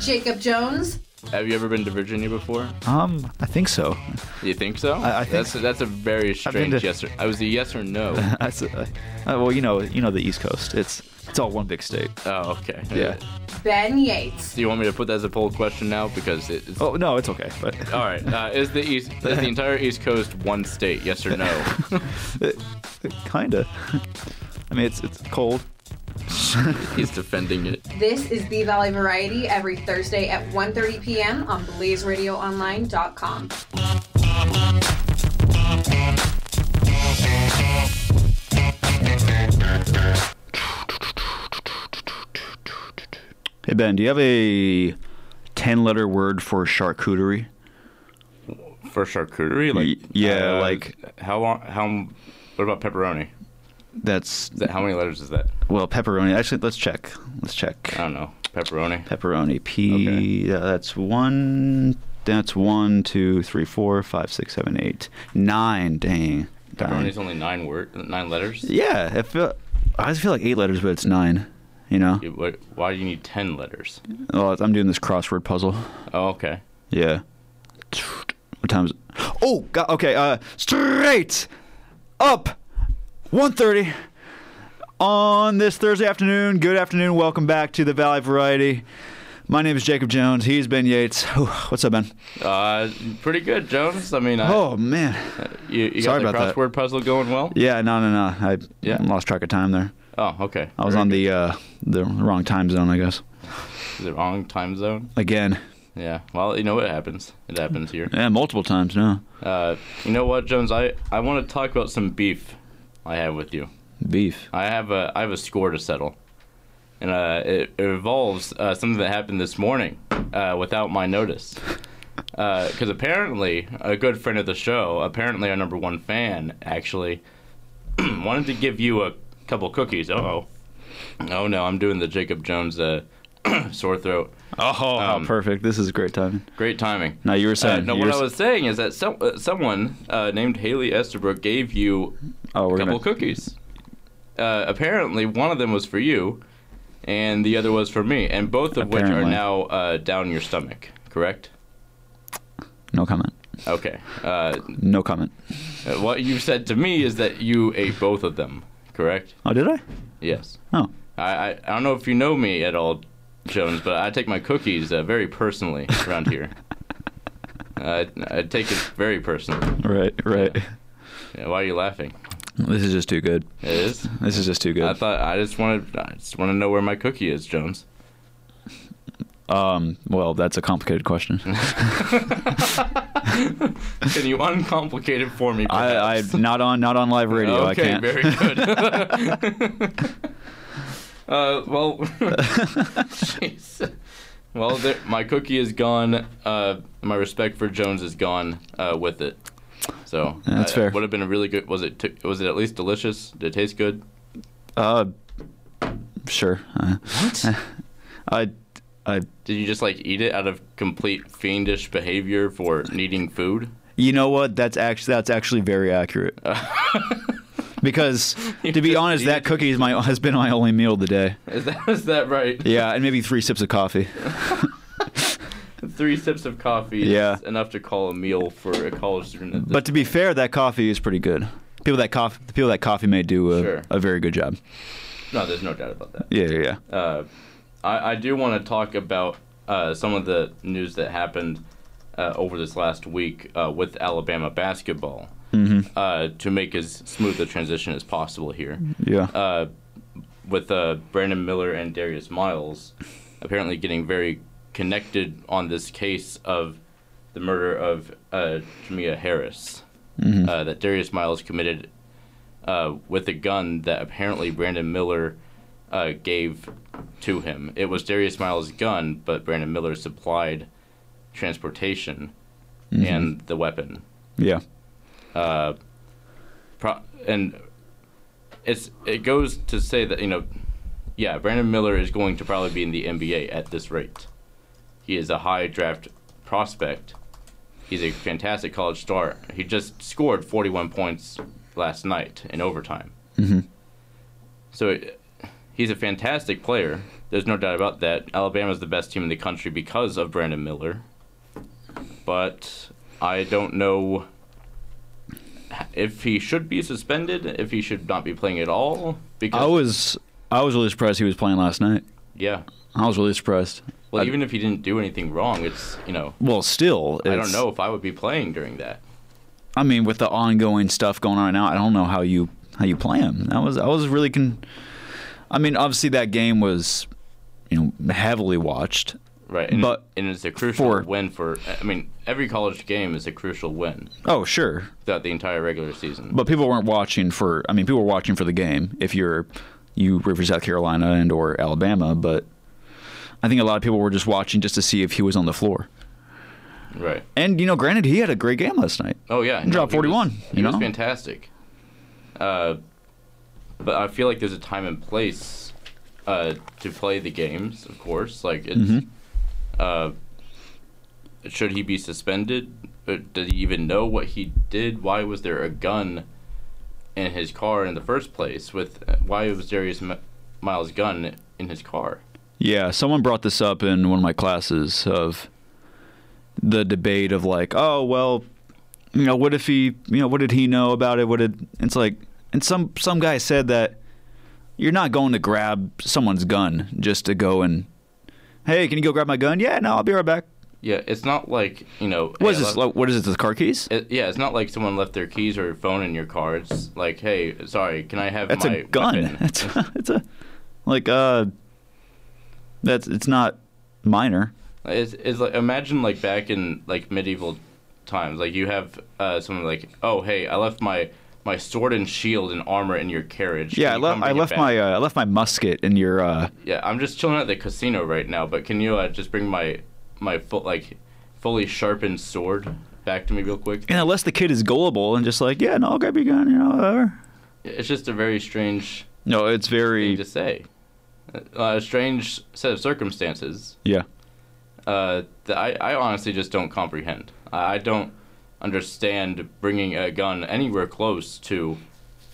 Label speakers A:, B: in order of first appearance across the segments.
A: Jacob Jones.
B: Have you ever been to Virginia before?
C: Um, I think so.
B: You think so?
C: I- I think-
B: that's that's a very strange
C: to-
B: yes or. I was a yes or no.
C: That's uh, uh, well, you know, you know the East Coast. It's it's all one big state.
B: oh, okay.
C: Yeah.
A: Ben Yates.
B: Do you want me to put that as a poll question now? Because it, it's
C: Oh no, it's okay. But
B: all right. Uh, is the east is the entire East Coast one state? Yes or no?
C: kinda. I mean, it's it's cold.
B: He's defending it.
A: This is the Valley Variety every Thursday at 1:30 p.m. on BlazeRadioOnline.com.
C: Hey Ben, do you have a ten-letter word for charcuterie?
B: For charcuterie,
C: like, Y- yeah, uh, like-
B: how long? How? What about pepperoni?
C: That's
B: Is that how many letters is that?
C: well, pepperoni. Actually, let's check. Let's check.
B: I don't know. Pepperoni.
C: Pepperoni. P. yeah, that's one. That's one, two, three, four, five, six, seven, eight, nine. Dang. Nine.
B: Pepperoni's only nine word, nine letters.
C: Yeah, I feel. I always feel like eight letters, but it's nine. You know.
B: You- what- Why do you need ten letters?
C: Oh, I'm doing this crossword puzzle.
B: Oh, okay.
C: Yeah. What time is it? Oh, God, okay. Uh, straight up, 1.30 on this Thursday afternoon. Good afternoon. Welcome back to the Valley Variety. My name is Jacob Jones. He's Ben Yates. Whew, what's up, Ben?
B: Uh, pretty good, Jones. I mean, I,
C: Oh man.
B: you, you
C: sorry
B: got the
C: about that.
B: crossword puzzle going well.
C: Yeah. No. No. No. I
B: Yeah.
C: lost track of time there.
B: Oh, okay.
C: I was on the uh, the wrong time zone, I guess.
B: the wrong time zone.
C: Again.
B: Yeah. Well, you know what happens. It happens here.
C: Yeah, multiple times now.
B: Uh, you know what, Jones? I I want to talk about some beef I have with you.
C: Beef.
B: I have a I have a score to settle, and uh, it, it involves uh, something that happened this morning uh, without my notice. Because apparently, a good friend of the show, apparently our number one fan, actually wanted to give you a couple cookies. Uh oh, oh no, I'm doing the Jacob Jones uh, sore throat.
C: Oh,
B: Um,
C: perfect. This is great timing.
B: Great timing.
C: No, you were
B: Uh,
C: saying.
B: no,
C: you
B: what
C: were
B: I
C: s-
B: was saying is that some, uh, someone uh, named Haley Esterbrook gave you
C: Oh,
B: a
C: we're
B: couple
C: gonna.
B: of cookies. Uh, apparently, one of them was for you, and the other was for me, and both of which are
C: Apparently.
B: now uh, down your stomach. Correct?
C: No comment.
B: Okay. Uh,
C: No comment.
B: what you said to me is that you ate both of them. Correct?
C: Oh, did I?
B: Yes.
C: Oh,
B: I I, I don't know if you know me at all, Jones, but I take my cookies uh, very personally around here. Uh, I, I take it very personally.
C: right, right.
B: Yeah. Yeah, why are you laughing?
C: This is just too good.
B: It is.
C: This is just too
B: I
C: good.
B: thought I just wanted I just want to know where my cookie is, Jones.
C: Um, well, that's a complicated question.
B: Can you uncomplicate it for me?
C: I, I
B: perhaps?
C: not on not on live radio. I
B: okay,
C: can't.
B: very good. uh, well, jeez. well, there, my cookie is gone. Uh, my respect for Jones is gone uh, with it. So
C: That's
B: uh,
C: fair.
B: Would have been a really good. Was it? T- was it at least delicious? Did it taste good?
C: Uh, sure. Uh,
B: What?
C: I, I,
B: Did you just like eat it out of complete fiendish behavior for needing food?
C: you know what? That's actually that's actually very accurate. because to be
B: just
C: honest,
B: needed
C: that cookie is my has been my only meal of the day.
B: Is that is that right?
C: Yeah, and maybe three sips of coffee.
B: Three sips of coffee
C: Yeah.
B: is enough to call a meal for a college student. At this
C: But to be fair, that coffee is pretty good. People that coffee, the people that coffee may do a,
B: Sure.
C: a very good job.
B: No, there's no doubt about that.
C: Yeah, yeah, yeah.
B: Uh, I, I do want to talk about uh, some of the news that happened uh, over this last week uh, with Alabama basketball
C: Mm-hmm.
B: uh, to make as smooth a transition as possible here.
C: yeah.
B: Uh, with uh, Brandon Miller and Darius Miles apparently getting very connected on this case of the murder of uh, Jamia Harris uh, that Darius Miles committed uh, with a gun that apparently Brandon Miller uh, gave to him. It was Darius Miles' gun, but Brandon Miller supplied transportation and the weapon.
C: yeah.
B: Pro- and it's it goes to say that you know, yeah, Brandon Miller is going to probably be in the NBA at this rate. He is a high draft prospect. He's a fantastic college star. He just scored 41 points last night in overtime. Mm-hmm. So it, He's a fantastic player. There's no doubt about that. Alabama's the best team in the country because of Brandon Miller. But I don't know if he should be suspended, if he should not be playing at all. Because
C: I was I was really surprised he was playing last night.
B: yeah.
C: I was really surprised.
B: Well,
C: I-
B: even if he didn't do anything wrong, it's you know
C: Well, still,
B: I don't
C: it's-
B: know if I would be playing during that.
C: I mean, with the ongoing stuff going on right now, I don't know how you how you play him. That was I was really con. I mean, obviously that game was, you know, heavily watched.
B: Right, and,
C: But
B: and it's a crucial
C: for-
B: win for. I mean, every college game is a crucial win
C: Oh, sure,
B: throughout the entire regular season.
C: but people weren't watching for. I mean, people were watching for the game. If you're you root for South Carolina and or Alabama, but I think a lot of people were just watching just to see if he was on the floor.
B: right.
C: And you know, granted, he had a great game last night.
B: Oh yeah, no,
C: dropped
B: he was-
C: 41,
B: He
C: you
B: was
C: know?
B: fantastic. Uh, but I feel like there's a time and place uh, to play the games. Of course, like it's.
C: Mm-hmm.
B: Uh, should he be suspended? Uh, Did he even know what he did? Why was there a gun in his car in the first place? With uh, why was Darius M- Miles' gun in his car?
C: Yeah, someone brought this up in one of my classes of the debate of like, oh well, you know, what if he, you know, what did he know about it? What did it's like? And some some guy said that you're not going to grab someone's gun just to go and, hey, can you go grab my gun? Yeah, no, I'll be right back.
B: Yeah, it's not like you know.
C: What is
B: hey,
C: this?
B: let-
C: like, What is it? The car keys?
B: it, yeah, it's not like someone left their keys or phone in your car. It's like, hey, sorry, can I have
C: That's
B: my
C: a gun.
B: weapon?
C: That's it's a like uh, that's it's not minor.
B: It's, it's like imagine like back in like medieval times, like you have uh, someone like, oh hey, I left my my sword and shield and armor in your carriage.
C: Yeah, I,
B: Can you
C: le-
B: come
C: I
B: bring it
C: left
B: back?"
C: my uh, I left my musket in your. uh
B: Yeah, I'm just chilling at the casino right now, but can you uh, just bring my my full like fully sharpened sword back to me real quick?
C: And unless the kid is gullible and just like, yeah, no, I'll grab your gun, you know, whatever.
B: It's just a very strange
C: No, it's
B: thing
C: very
B: to say. Uh, a strange set of circumstances.
C: yeah.
B: uh, that I, I honestly just don't comprehend. I, I don't understand bringing a gun anywhere close to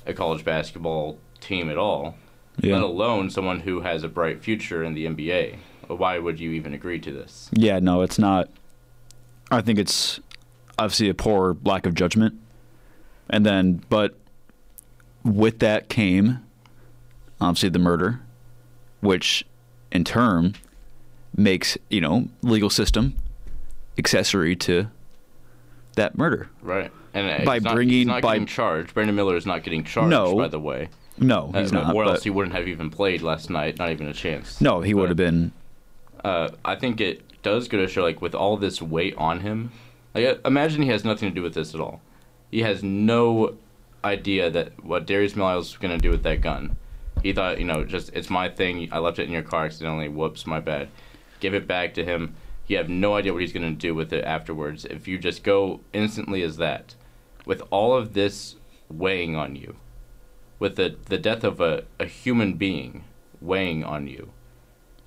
B: a college basketball team at all,
C: Yeah.
B: let alone someone who has a bright future in the NBA. Why would you even agree to this?
C: Yeah, no, it's not. I think it's obviously a poor lack of judgment. And then, but with that came obviously the murder, which in turn makes, you know, legal system accessory to that murder.
B: Right. And
C: By
B: he's not, he's
C: bringing-
B: not
C: by-
B: getting charged. Brandon Miller is not getting charged.
C: No.
B: by the way,
C: No, he's
B: Uh,
C: not.
B: Or else
C: But,
B: he wouldn't have even played last night. Not even a chance.
C: no, he would
B: But-
C: have been.
B: uh, I think it does go to show, like, with all this weight on him, like, uh, imagine he has nothing to do with this at all. He has no idea that what Darius Miles was going to do with that gun. He thought, you know, just, it's my thing. I left it in your car accidentally. Whoops, my bad. Give it back to him. You have no idea what he's going to do with it afterwards if you just go instantly as that. With all of this weighing on you, with the, the death of a, a human being weighing on you,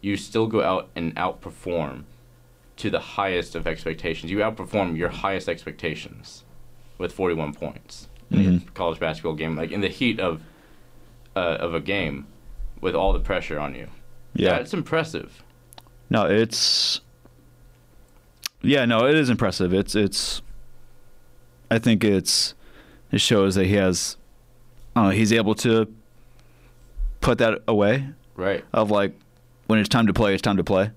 B: you still go out and outperform to the highest of expectations. You outperform your highest expectations with 41 points in
C: Mm-hmm.
B: a college basketball game, like in the heat of uh, of a game with all the pressure on you.
C: Yeah.
B: That's impressive.
C: No, it's yeah, no, it is impressive. It's it's I think it's it shows that he has uh, he's able to put that away
B: Right.
C: of like when it's time to play, it's time to play.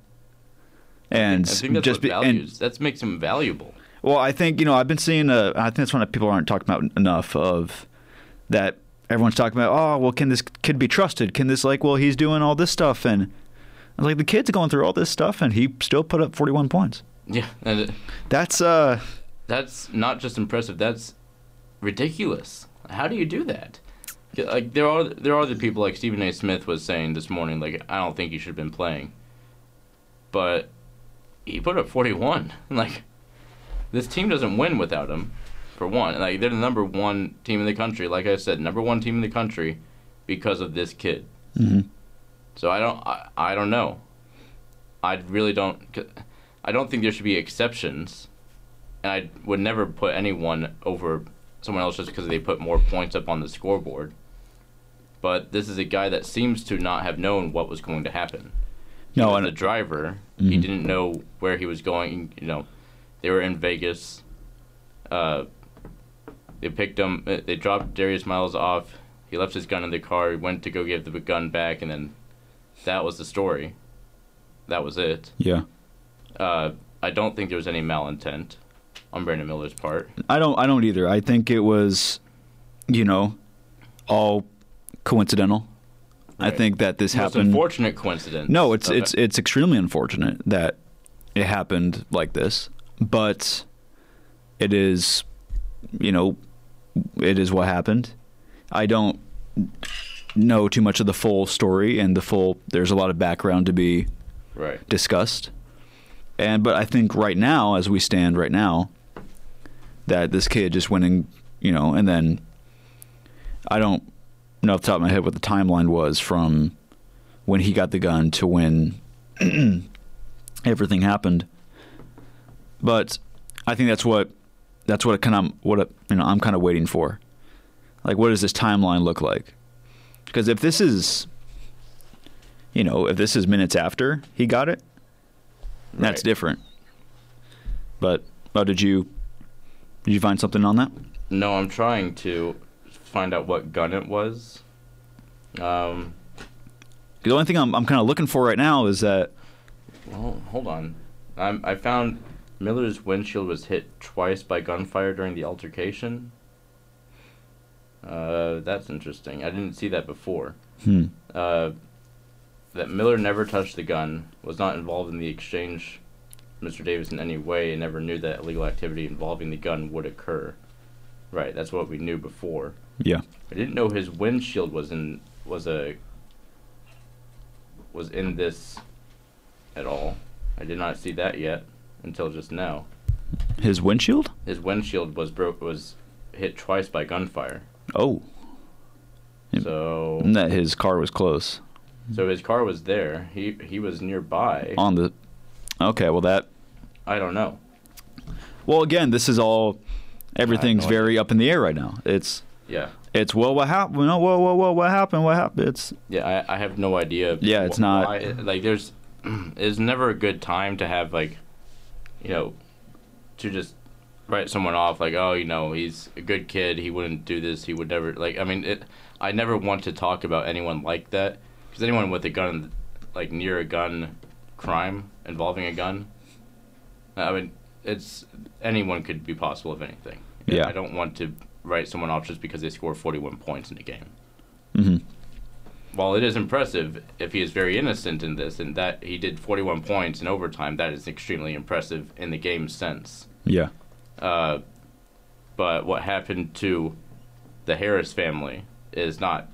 B: I
C: And
B: think that's
C: just
B: what
C: be, and
B: values. that makes him valuable.
C: well, I think you know I've been seeing. Uh, I think that's one that people aren't talking about enough of that. Everyone's talking about, oh, well, can this kid be trusted? Can this like, well, he's doing all this stuff, and and, like the kid's going through all this stuff, and he still put up 41 points.
B: Yeah. And it-
C: That's uh,
B: that's not just impressive. That's ridiculous. How do you do that? Like there are there are the people like Stephen A. Smith was saying this morning. Like I don't think he should have been playing, but he put up 41. Like this team doesn't win without him. For one, like they're the number one team in the country. Like I said, number one team in the country because of this kid.
C: Mhm.
B: So I don't I, I don't know. I really don't. I don't think there should be exceptions and I would never put anyone over someone else just because they put more points up on the scoreboard. but this is a guy that seems to not have known what was going to happen. He
C: No,
B: was
C: and Mm-hmm.
B: the driver, he didn't know where he was going. You know, they were in Vegas. Uh, they picked him. uh, They dropped Darius Miles off. He left his gun in the car. He went to go give the gun back, and then that was the story. That was it.
C: yeah.
B: Uh, I don't think there was any malintent on Brandon Miller's part.
C: I don't I don't either. I think it was you know all coincidental. I
B: Right.
C: think that this
B: It's
C: happened
B: unfortunate coincidence.
C: No, it's
B: of
C: it's
B: it.
C: it's extremely unfortunate that it happened like this, but it is you know it is what happened. I don't know too much of the full story and the full there's a lot of background to be
B: right.
C: discussed. And but I think right now, as we stand right now, that this kid just went and you know, and then I don't know off the top of my head what the timeline was from when he got the gun to when everything happened. But I think that's what that's what kind of what you know I'm kind of waiting for. Like, what does this timeline look like? Because if this is you know, if this is minutes after he got it, that's
B: Right.
C: different. But oh, did you did you find something on that?
B: No, I'm trying to find out what gun it was. Um,
C: 'Cause The only thing I'm I'm kind of looking for right now is that
B: well, hold on. I'm, I found Miller's windshield was hit twice by gunfire during the altercation. Uh, that's interesting. I didn't see that before.
C: hmm,
B: uh, that Miller never touched the gun, was not involved in the exchange, with Mr. Davis in any way, and never knew that illegal activity involving the gun would occur. Right, that's what we knew before.
C: yeah,
B: I didn't know his windshield was in was a was in this at all. I did not see that yet until just now.
C: his windshield.
B: His windshield was broke was hit twice by gunfire.
C: Oh, Yep.
B: So
C: and that his car was close
B: so his car was there. He he was nearby.
C: on the. Okay, well that.
B: I don't know.
C: Well, again, this is all. Everything's
B: no
C: very up in the air right now. It's
B: Yeah.
C: it's well, what happened? No, whoa, whoa, whoa, what happened? What happened? It's
B: Yeah, I, I have no idea.
C: Yeah, it's
B: wh-
C: not-
B: why- like there's, there's never a good time to have like, you know, to just write someone off like, oh, you know, he's a good kid. He wouldn't do this. He would never like. I mean, it. I never want to talk about anyone like that because anyone with a gun, like near a gun, crime involving a gun. I mean, it's anyone could be possible of anything.
C: Yeah.
B: I don't want to write someone off just because they score forty-one points in a game while it is impressive if he is very innocent in this and that he did 41 points in overtime, that is extremely impressive in the game sense.
C: yeah,
B: But what happened to the Harris family is not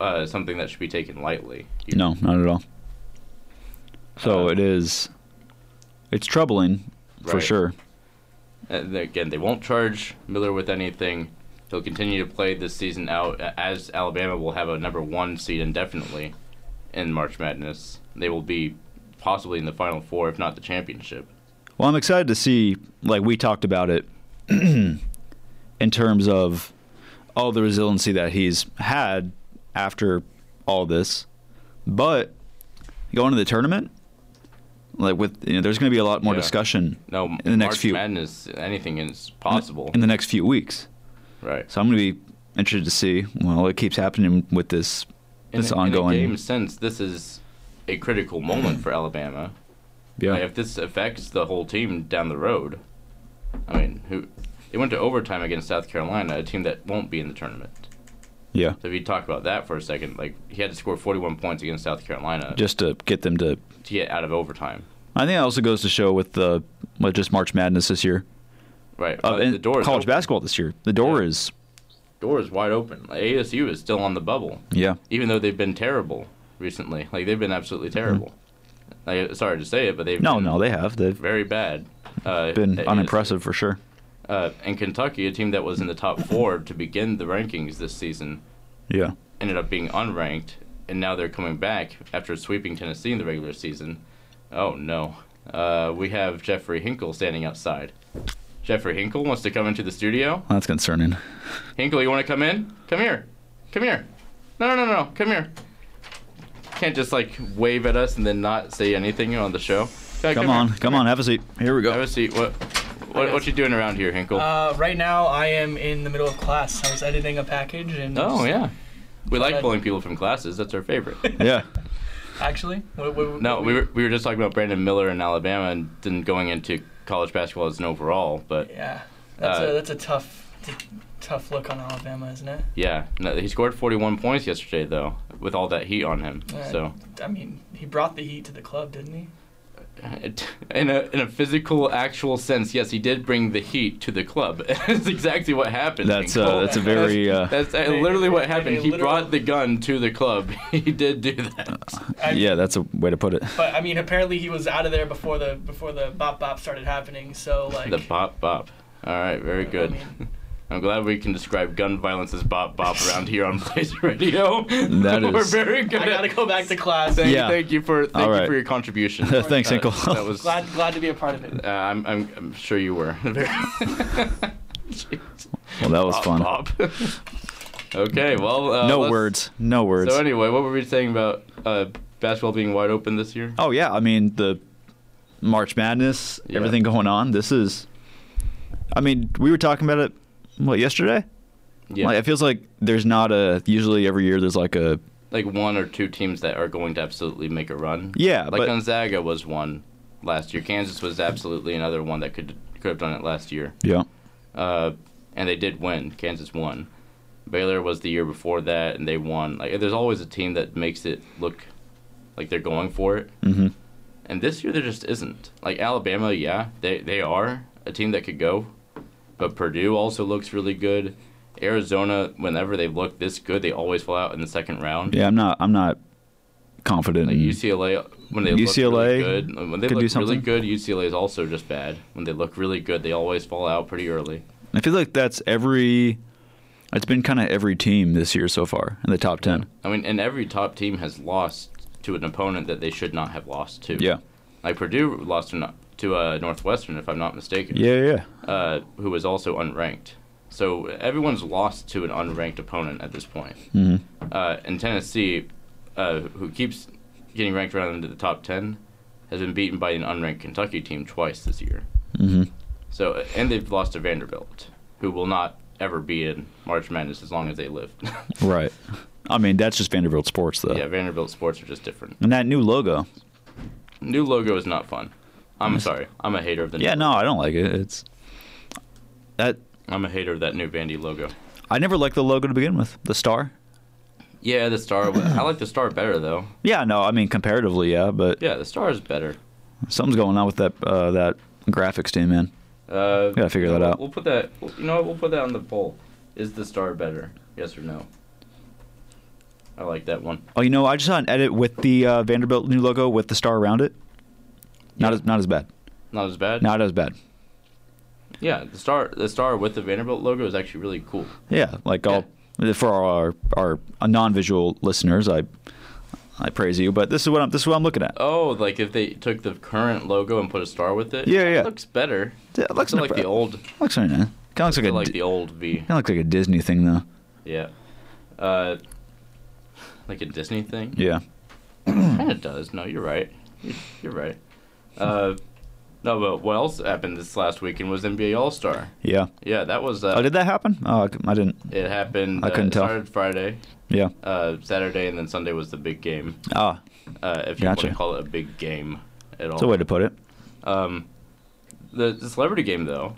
B: uh, something that should be taken lightly. You-
C: No, not at all. So
B: Uh,
C: it is. It's troubling, for
B: Right.
C: sure.
B: And again, they won't charge Miller with anything. He'll continue to play this season out uh, as Alabama will have a number one seed indefinitely in March Madness. They will be possibly in the Final Four, if not the championship.
C: Well, I'm excited to see. Like we talked about it, in terms of all the resiliency that he's had after all this, but going to the tournament, like with you know, there's going to be a lot more
B: Yeah.
C: discussion
B: No,
C: the next
B: March
C: few-
B: Madness, anything is possible.
C: in the next few weeks.
B: right.
C: So I'm going to be interested to see. Well, it keeps happening with this
B: In
C: this
B: a-
C: ongoing.
B: In a game sense, this is a critical moment for Alabama.
C: yeah.
B: Like, if this affects the whole team down the road, I mean, who? They went to overtime against South Carolina, a team that won't be in the tournament.
C: yeah.
B: So if you talk about that for a second, like he had to score 41 points against South Carolina
C: Just to get them to
B: to get out of overtime.
C: I think that also goes to show with the with just March Madness this year.
B: Right.
C: Uh,
B: but
C: and
B: the door is
C: college
B: open.
C: basketball this year. The door
B: Yeah.
C: is
B: Door is wide open. Like, ASU is still on the bubble.
C: yeah.
B: even though they've been terrible recently. Like they've been absolutely terrible. Like, sorry to say it, but they've
C: Mm-hmm. No,
B: been
C: no, they have. They've
B: very bad. Uh,
C: been
B: at
C: unimpressive for sure.
B: ESPN. Uh, and Kentucky, a team that was in the top four to begin the rankings this season,
C: Yeah.
B: ended up being unranked, and now they're coming back after sweeping Tennessee in the regular season. Oh no, uh, we have Jeffrey Hinkle standing outside. Jeffrey Hinkle wants to come into the studio.
C: That's concerning.
B: Hinkle, you want to come in? Come here. Come here. No, no, no, no. Come here. Can't just like wave at us and then not say anything on the show. Yeah,
C: Come
B: here.
C: on, come on, have a seat. Here we
B: Have
C: go.
B: a seat. What, what, what you doing around here, Hinkle?
D: Uh, right now, I am in the middle of class. I was editing a package, and
B: oh yeah. We like
D: I'd-
B: pulling people from classes. That's our favorite.
C: Yeah.
D: actually, what, what,
B: No,
D: what
B: we were, we were just talking about Brandon Miller in Alabama and then going into college basketball as an overall, but
D: Yeah, that's
B: Uh,
D: a that's a tough t- tough look on Alabama, isn't it?
B: yeah, no, he scored 41 points yesterday though, with all that heat on him.
D: Yeah.
B: So
D: Uh, I mean, he brought the heat to the club, didn't he?
B: in a in a physical, actual sense, yes, he did bring the heat to the club. that's exactly what happened.
C: That's
B: Hinkle.
C: uh, that's a very uh,
B: That's uh,
D: They-
B: literally what
D: they-
B: happened.
D: they
B: He
D: literal-
B: brought the gun to the club. he did do that.
D: I,
C: yeah. That's a way to put it.
D: But I mean, apparently he was out of there before the before the bop bop started happening. So like.
B: The bop bop. All right, very
D: I
B: good.
D: mean,
B: I'm glad we can describe gun violence as bop bop around here on Blaze Radio.
C: That
B: We're
C: is-
B: very good.
D: I
B: at-
D: gotta go back to class.
B: Thank,
C: Yeah.
B: thank you for thank
C: All
B: you
C: right.
B: for your contribution.
C: Thanks,
B: Uh,
C: Uncle.
B: That was.
D: Glad glad to be a part of it.
B: Uh, I'm, I'm I'm sure you were.
C: Well, that was fun.
B: Bop, bop. okay, well. Uh,
C: No
B: let's-
C: words. No words.
B: So anyway, what were we saying about uh, basketball being wide open this year?
C: Oh yeah, I mean the March Madness,
B: Yeah.
C: everything going on. This is, I mean, we were talking about it what yesterday.
B: Yeah,
C: Like, it feels like there's not a usually every year there's like a
B: like one or two teams that are going to absolutely make a run.
C: yeah,
B: like
C: but
B: Gonzaga was one last year. Kansas was absolutely another one that could could have done it last year.
C: yeah,
B: uh, and they did win. Kansas won. Baylor was the year before that, and they won. Like, there's always a team that makes it look like they're going for it.
C: hmm
B: And this year, there just isn't. Like Alabama, yeah, they they are a team that could go, but Purdue also looks really good. Arizona, whenever they've looked this good, they always fall out in the second round.
C: yeah. I'm not I'm not confident.
B: Like
C: in
B: UCLA, when they
C: UCLA
B: look really good, when they
C: could do
B: look really
C: something.
B: good, UCLA is also just bad. When they look really good, they always fall out pretty early.
C: I feel like that's every. It's been kind of every team this year so far in the top ten.
B: I mean, and every top team has lost to an opponent that they should not have lost to.
C: Yeah,
B: Like Purdue lost to, to uh, Northwestern, if I'm not mistaken,
C: yeah, yeah. yeah.
B: uh, who was also unranked. So everyone's lost to an unranked opponent at this point.
C: Mhm.
B: Uh, and Tennessee, uh, who keeps getting ranked around into the top 10, has been beaten by an unranked Kentucky team twice this year.
C: Mhm.
B: So And they've lost to Vanderbilt, who will not ever be in March Madness as long as they live.
C: Right. I mean, that's just Vanderbilt sports though.
B: yeah, Vanderbilt sports are just different.
C: And that new logo.
B: New logo is not fun. I'm sorry. I'm a hater of the.
C: Yeah,
B: new
C: no,
B: logo.
C: I don't like it. It's that
B: I'm a hater of that new Vandy logo.
C: I never liked the logo to begin with. The star.
B: Yeah, the star. I like the star better though.
C: Yeah, no, I mean comparatively, yeah, but
B: Yeah, the star is better.
C: something's going on with that uh, that graphics team, man.
B: Uh,
C: Gotta figure that
B: we'll-
C: out.
B: We'll put that. we'll- You know what? We'll put that on the poll. Is the star better? Yes or no? I like that one.
C: Oh, you know, I just saw an edit with the uh, Vanderbilt new logo with the star around it. Not
B: Yeah.
C: as not as bad.
B: Not as bad.
C: Not as bad.
B: Yeah, the star. The star with the Vanderbilt logo is actually really cool.
C: Yeah, like all for our our non-visual listeners, I I praise you, but this is what I'm this is what I'm looking at.
B: Oh, like if they took the current logo and put a star with it.
C: Yeah, yeah.
B: It looks better.
C: Yeah, it looks
B: like the
C: impre-
B: old.
C: Looks kind of looks like a
B: like
C: Di-
B: the old V.
C: kinda looks like a Disney thing though.
B: Yeah. Uh, like a Disney thing?
C: Yeah.
B: kind of does. No, you're right. You're, you're right. Uh, no, but what else happened this last weekend was NBA All Star.
C: Yeah.
B: Yeah, that was. Uh,
C: Oh, did that happen? Oh, I c- I didn't.
B: It happened.
C: I
B: uh,
C: couldn't
B: it
C: tell.
B: Started Friday,
C: Yeah.
B: uh, Saturday, and then Sunday was the big game.
C: Ah,
B: Uh, if you
C: Gotcha.
B: want to call it a big game at all.
C: that's a way to put it.
B: um, the, the celebrity game though.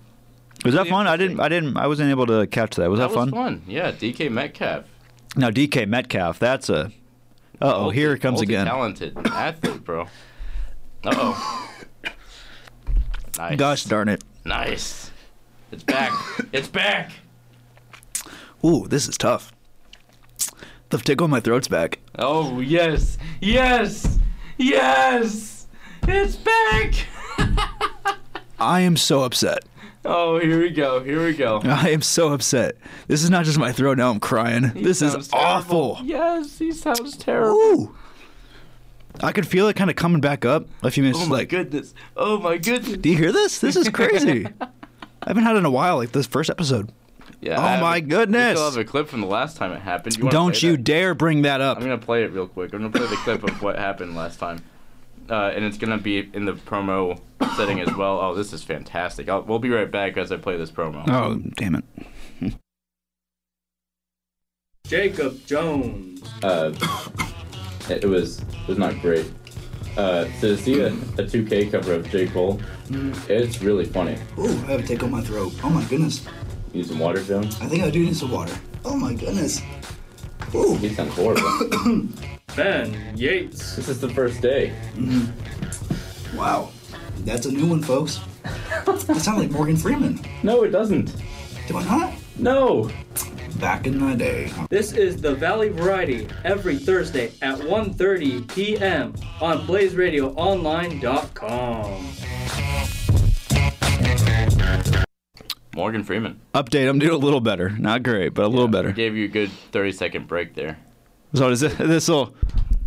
C: Was that
B: Pretty
C: fun? I
B: interesting.
C: didn't. I didn't. I wasn't able to catch that. Was that,
B: was
C: fun?
B: fun. Yeah, DK Metcalf.
C: Now DK Metcalf. That's a. Uh oh, here it comes again.
B: Talented athlete, bro. Uh oh. nice.
C: Gosh darn it!
B: Nice. It's back. it's back.
C: Ooh, this is tough. The tickle in my throat's back.
B: Oh yes, yes, yes. It's back.
C: I am so upset.
B: oh, here we go. Here we go.
C: I am so upset. This is not just my throat. Now I'm crying.
B: He
C: this is
B: sounds terrible.
C: awful.
B: Yes, he sounds terrible.
C: Ooh. I could feel it kind of coming back up a few minutes.
B: Oh
C: just
B: my
C: like,
B: goodness. Oh my goodness.
C: do you hear this? This is crazy. I haven't had it in a while. Like this first episode.
B: Yeah.
C: Oh
B: I have
C: my
B: a-
C: goodness.
B: We still have a clip from the last time it happened. You wanna
C: Don't
B: play
C: you
B: that?
C: dare bring that up.
B: I'm gonna play it real quick. I'm gonna play the clip of what happened last time, uh, and it's gonna be in the promo setting as well. Oh, this is fantastic. I'll, we'll be right back as I play this promo.
C: oh, damn it.
E: Jacob Jones.
B: uh, it it was it was not great. Uh, to see a, a 2K cover of J. Cole, it's really funny.
F: Ooh, I have a tickle in my throat. Oh my goodness.
B: He's in water film.
F: I think I do need some water. Oh my goodness.
B: He sounds horrible.
E: Ben Yates.
B: this is the first day.
F: Wow. That's a new one, folks. That sounds like Morgan Freeman.
B: No, it doesn't.
F: Do I not?
E: No,
F: Back in my day.
E: this is the Valley Variety every Thursday at 1:30 p.m. on BlazeRadioOnline.com.
B: Morgan Freeman
C: Update him, do a little better. Not great, but a little better.
B: gave you a good 30 second break there.
C: So does it, this will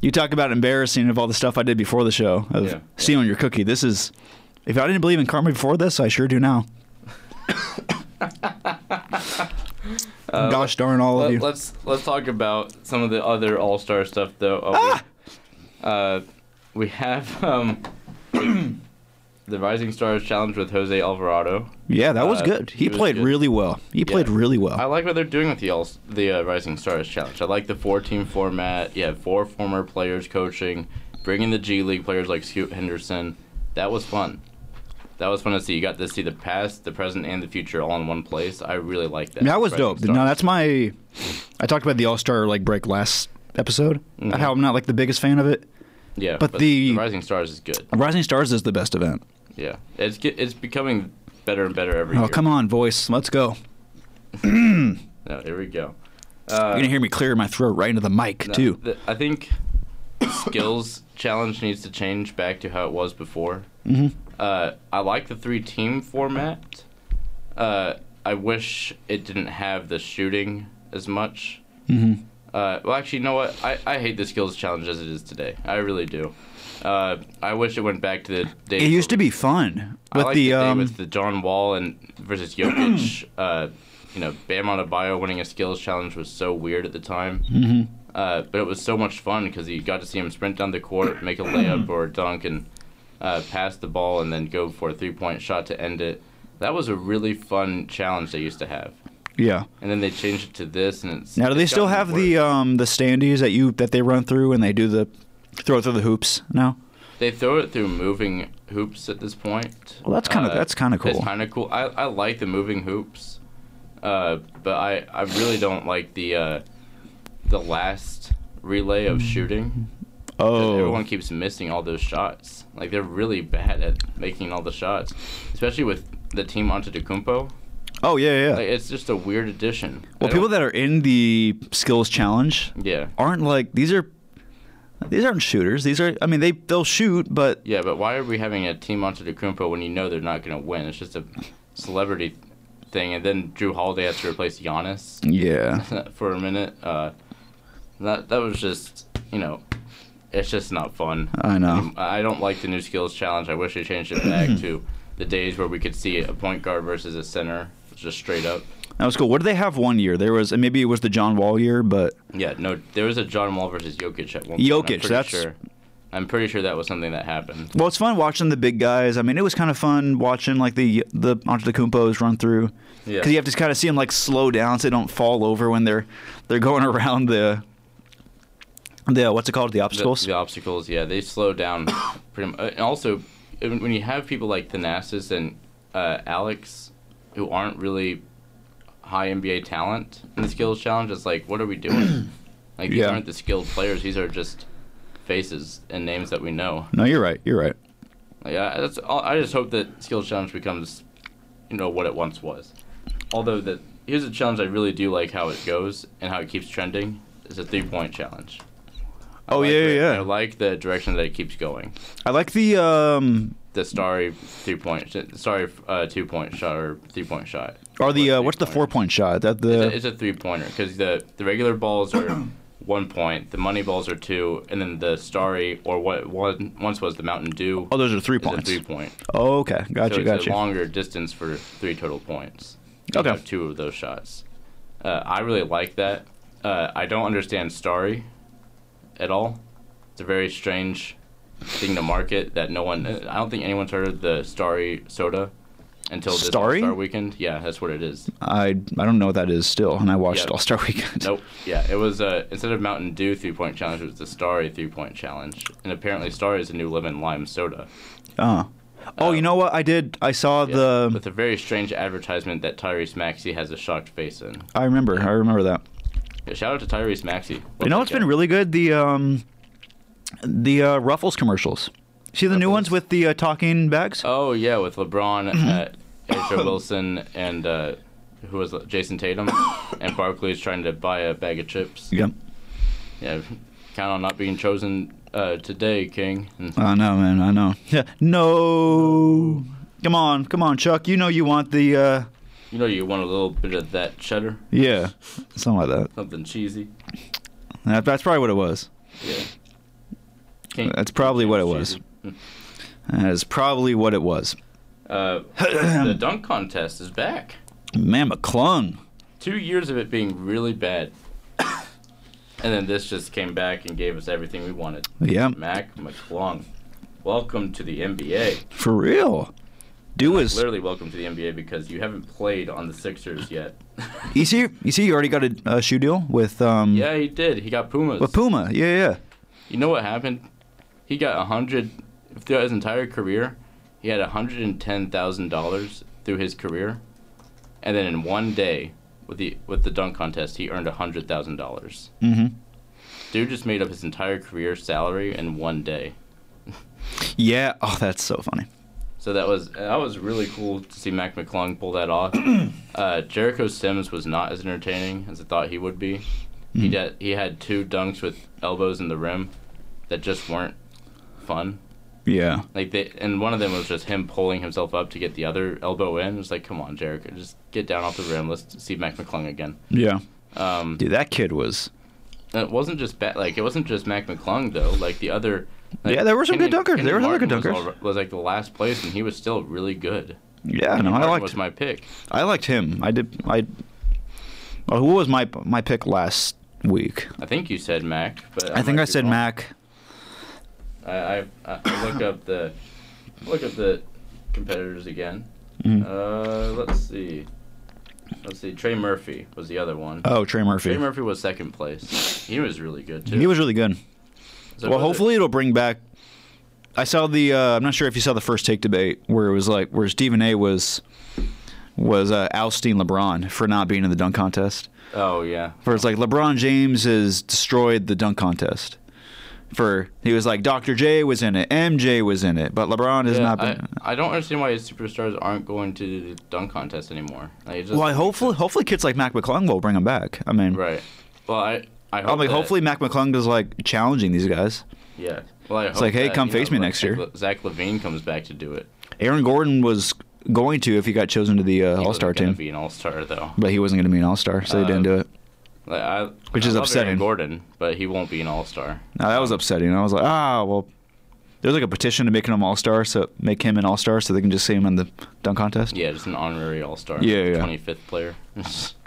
C: you talk about embarrassing of all the stuff I did before the show of
B: Yeah.
C: stealing your cookie. This is if I didn't believe in karma before this, I sure do now. Gosh darn all of you.
B: Let, us let's talk about some of the other All Star stuff though. Oh,
C: Ah!
B: we, uh, we have um, the Rising Stars Challenge with Jose Alvarado.
C: yeah, that was
B: uh,
C: good. He
B: it was
C: played
B: good.
C: really well. He played really well.
B: I like what they're doing with the all the uh, Rising Stars Challenge. I like the four team format. You have four former players coaching, bringing the G League players like Scoot Henderson. That was fun. That was fun to see. You got to see the past, the present, and the future all in one place. I really like that.
C: that was
B: Rising
C: dope.
B: Stars.
C: No, that's my I talked about the All Star like break last episode.
B: Mm-hmm.
C: about How I'm not like the biggest fan of it.
B: yeah,
C: but the-
B: Rising Stars is good.
C: Rising Stars is the best event.
B: Yeah, it's get, it's becoming better and better every
C: Oh
B: year.
C: come on, voice. Let's go.
B: No, here we go.
C: You're gonna hear me clear my throat right into the mic
B: Uh, No,
C: too.
B: the- I think skills challenge needs to change back to how it was before.
C: Mm-hmm.
B: Uh, I like the three team format. Uh, I wish it didn't have the shooting as much.
C: Mm-hmm.
B: Uh, well, actually, you know what? I, I hate the skills challenge as it is today. I really do. Uh, I wish it went back to the day.
C: It used
B: where-
C: to be fun
B: I
C: with
B: like
C: the,
B: the day
C: um,
B: with the John Wall and versus Jokic. uh, you know, Bam Adebayo winning a skills challenge was so weird at the time. Mm-hmm. Uh, but it was so much fun because you got to see him sprint down the court, make a layup or a dunk, and uh, pass the ball, and then go for a three-point shot to end it. That was a really fun challenge they used to have.
C: yeah.
B: And then they changed it to this, and it's
C: Now do they
B: it's
C: still
B: gotten
C: have the
B: worse.
C: um the standees that you that they run through and they do the throw it through the hoops now?
B: They throw it through moving hoops at this point. Uh,
C: Well, that's kinda- that's kinda cool.
B: It's kind of cool. I, I like the moving hoops, uh, but I, I really don't like the uh, the last relay of shooting.
C: Hmm. Oh,
B: Everyone keeps missing all those shots. Like they're really bad at making all the shots, especially with the team Antetokounmpo.
C: oh yeah, yeah, yeah.
B: Like it's just a weird addition.
C: well, people that are in the skills challenge
B: yeah
C: aren't like these are these aren't shooters. These are I mean they they'll shoot, but
B: yeah, but why are we having a team Antetokounmpo when you know they're not going to win? It's just a celebrity thing, and then Drew Holiday has to replace Giannis.
C: yeah,
B: for a minute. Uh, that that was just you know, it's just not fun. Um,
C: I know.
B: I don't like the new skills challenge. I wish they changed it back to the days where we could see a point guard versus a center just straight up.
C: That was cool. What did they have one year? There was and maybe it was the John Wall year, but
B: Yeah, no, there was a John Wall versus Jokic at one. point, I'm
C: Jokic,
B: pretty
C: that's-
B: Sure. I'm pretty sure that was something that happened.
C: well, it's fun watching the big guys. I mean, it was kind of fun watching like the the Antetokounmpos run through.
B: Yeah.
C: Because you have to kind of see them like slow down so they don't fall over when they're they're going around the the uh, what's it called the
B: The,
C: obstacles.
B: the obstacles, yeah, they slow down. pretty much. And also, when when you have people like Thanasis and uh, Alex, who aren't really high NBA talent in the skills challenge, it's like, what are we doing? like these
C: Yeah.
B: aren't the skilled players; these are just faces and names that we know.
C: No, you're right. You're right.
B: Like, I, that's all, I just hope that skills challenge becomes, you know, what it once was. Although that here's a challenge I really do like how it goes and how it keeps trending. It's a three point challenge. I
C: Oh
B: like
C: yeah,
B: the-
C: yeah,
B: I
C: yeah.
B: like the direction that it keeps going.
C: I like the um
B: The starry three point, sh- sorry, uh, two point shot or three point shot.
C: or the
B: Or
C: uh, what's the uh, four
B: three-pointer.
C: point shot that
B: It's a,
C: the
B: it's a three pointer because the the regular balls are one point, the money balls are two, and then the starry or what one once was the Mountain Dew.
C: oh those are three
B: is a
C: points.
B: three point.
C: Oh, okay,
B: So
C: gotcha,
B: it's a
C: gotcha.
B: longer distance for three total points. you
C: Okay.
B: know, two of those shots. Uh, I really like that. Uh, I don't understand Starry at all. It's a very strange thing to market that no one. uh, I don't think anyone's heard of the Starry soda until this
C: Starry?
B: Star Weekend. Yeah, that's what it is.
C: I I don't know what that is still, and I watched
B: Yeah.
C: All Star Weekend.
B: Nope. Yeah, it was uh, instead of Mountain Dew three point challenge, it was the Starry three point challenge, and apparently Starry is a new lemon lime soda.
C: Oh. Oh, you know what? I did. I saw
B: Um, Yeah,
C: the.
B: with a very strange advertisement that Tyrese Maxey has a shocked face in.
C: I remember. I remember that.
B: Yeah, shout out to Tyrese Maxey.
C: you know what's been really good? The um, the uh, Ruffles commercials. See the new
B: Ruffles?
C: ones with the uh, talking bags.
B: Oh yeah, with LeBron,
C: Mm-hmm.
B: uh, H.O. Wilson, and uh, who was it? Jason Tatum, and Barkley's trying to buy a bag of chips.
C: Yeah.
B: Yeah, count on not being chosen uh, today, King. And
C: I know, man. I know. Yeah. No. Come on, come on, Chuck. You know you want the. Uh,
B: you know you want a little bit of that cheddar,
C: yeah. Something like that.
B: something cheesy.
C: that. That's probably what it was.
B: Yeah. King,
C: That's probably what it was.
B: cheesy.
C: That's probably what it was.
B: Uh, the dunk contest is back.
C: Man, McClung.
B: two years of it being really bad. and then this just came back and gave us everything we wanted.
C: Yeah.
B: Mac McClung. Welcome to the NBA.
C: For real. Do is
B: Literally welcome to the NBA because you haven't played on the Sixers yet.
C: you see? You see? You already got a, a shoe deal with um
B: yeah, he did. He got Pumas.
C: with Puma. Yeah, yeah.
B: you know what happened? He got a hundred throughout his entire career. He had hundred and ten thousand dollars through his career, and then in one day with the with the dunk contest, he earned hundred thousand dollars.
C: Mhm.
B: Dude just made up his entire career salary in one day.
C: Yeah. Oh, that's so funny.
B: So that was that was really cool to see Mac McClung pull that off. uh, Jericho Sims was not as entertaining as I thought he would be.
C: Hmm.
B: He had he had two dunks with elbows in the rim that just weren't fun.
C: Yeah.
B: Like they, and one of them was just him pulling himself up to get the other elbow in. It's like, come on, Jericho, just get down off the rim. Let's see Mac McClung again.
C: Yeah.
B: Um,
C: Dude, that kid was.
B: and it wasn't just bad. Like it wasn't just Mac McClung though. Like the other. Like,
C: Yeah, there were some good
B: Kenyon-
C: dunkers. There
B: Kenyon
C: were other good
B: Martin was
C: dunkers.
B: all- Was like the last place, and he was still really good.
C: Yeah. No,
B: Kenyon
C: I
B: Martin
C: liked.
B: was my pick.
C: I liked him. I did. I. Oh, who was my my pick last week?
B: I think you said Mac, but
C: I, think
B: might
C: I
B: be
C: said
B: wrong.
C: Mac.
B: I I, I looked up the look up the competitors again.
C: Mm-hmm.
B: Uh, let's see. Let's see. Trey Murphy was the other one.
C: Oh, Trey Murphy.
B: Trey Murphy was second place. He was really good too.
C: He was really good.
B: So
C: well,
B: was it-
C: hopefully it'll bring back. I saw the. Uh, I'm not sure if you saw the first take debate where it was like where Stephen A. was was uh, ousting LeBron for not being in the dunk contest.
B: Oh yeah.
C: Where it's like LeBron James has destroyed the dunk contest. For he was like Dr. J was in it, MJ was in it, but LeBron has
B: Yeah,
C: not been.
B: I, I don't understand why his superstars aren't going to the dunk contest anymore. Like, it just-
C: well, I hopefully hopefully kids like Mac McClung will bring him back. I mean,
B: Right. Well, I. I hope
C: I'm Oh, like
B: that-
C: hopefully Mac McClung is like challenging these guys.
B: Yeah. Well, I it's
C: like, hey, come face me next year.
B: Zach Levine comes back to do it.
C: Aaron Gordon was going to if he got chosen to the uh,
B: He
C: All Star
B: wasn't gonna
C: team,
B: Be Uh, an all star though.
C: but he wasn't going to be an All Star, so he didn't do it.
B: Like, I,
C: Which
B: I love
C: is
B: Aaron
C: upsetting.
B: Gordon, but he won't be an all star.
C: No, that was upsetting. I was like, ah, well, there's like a petition to make him all star, so make him an all star, so they can just see him in the dunk contest.
B: Yeah, just an honorary all star.
C: Yeah, yeah.
B: Twenty fifth player.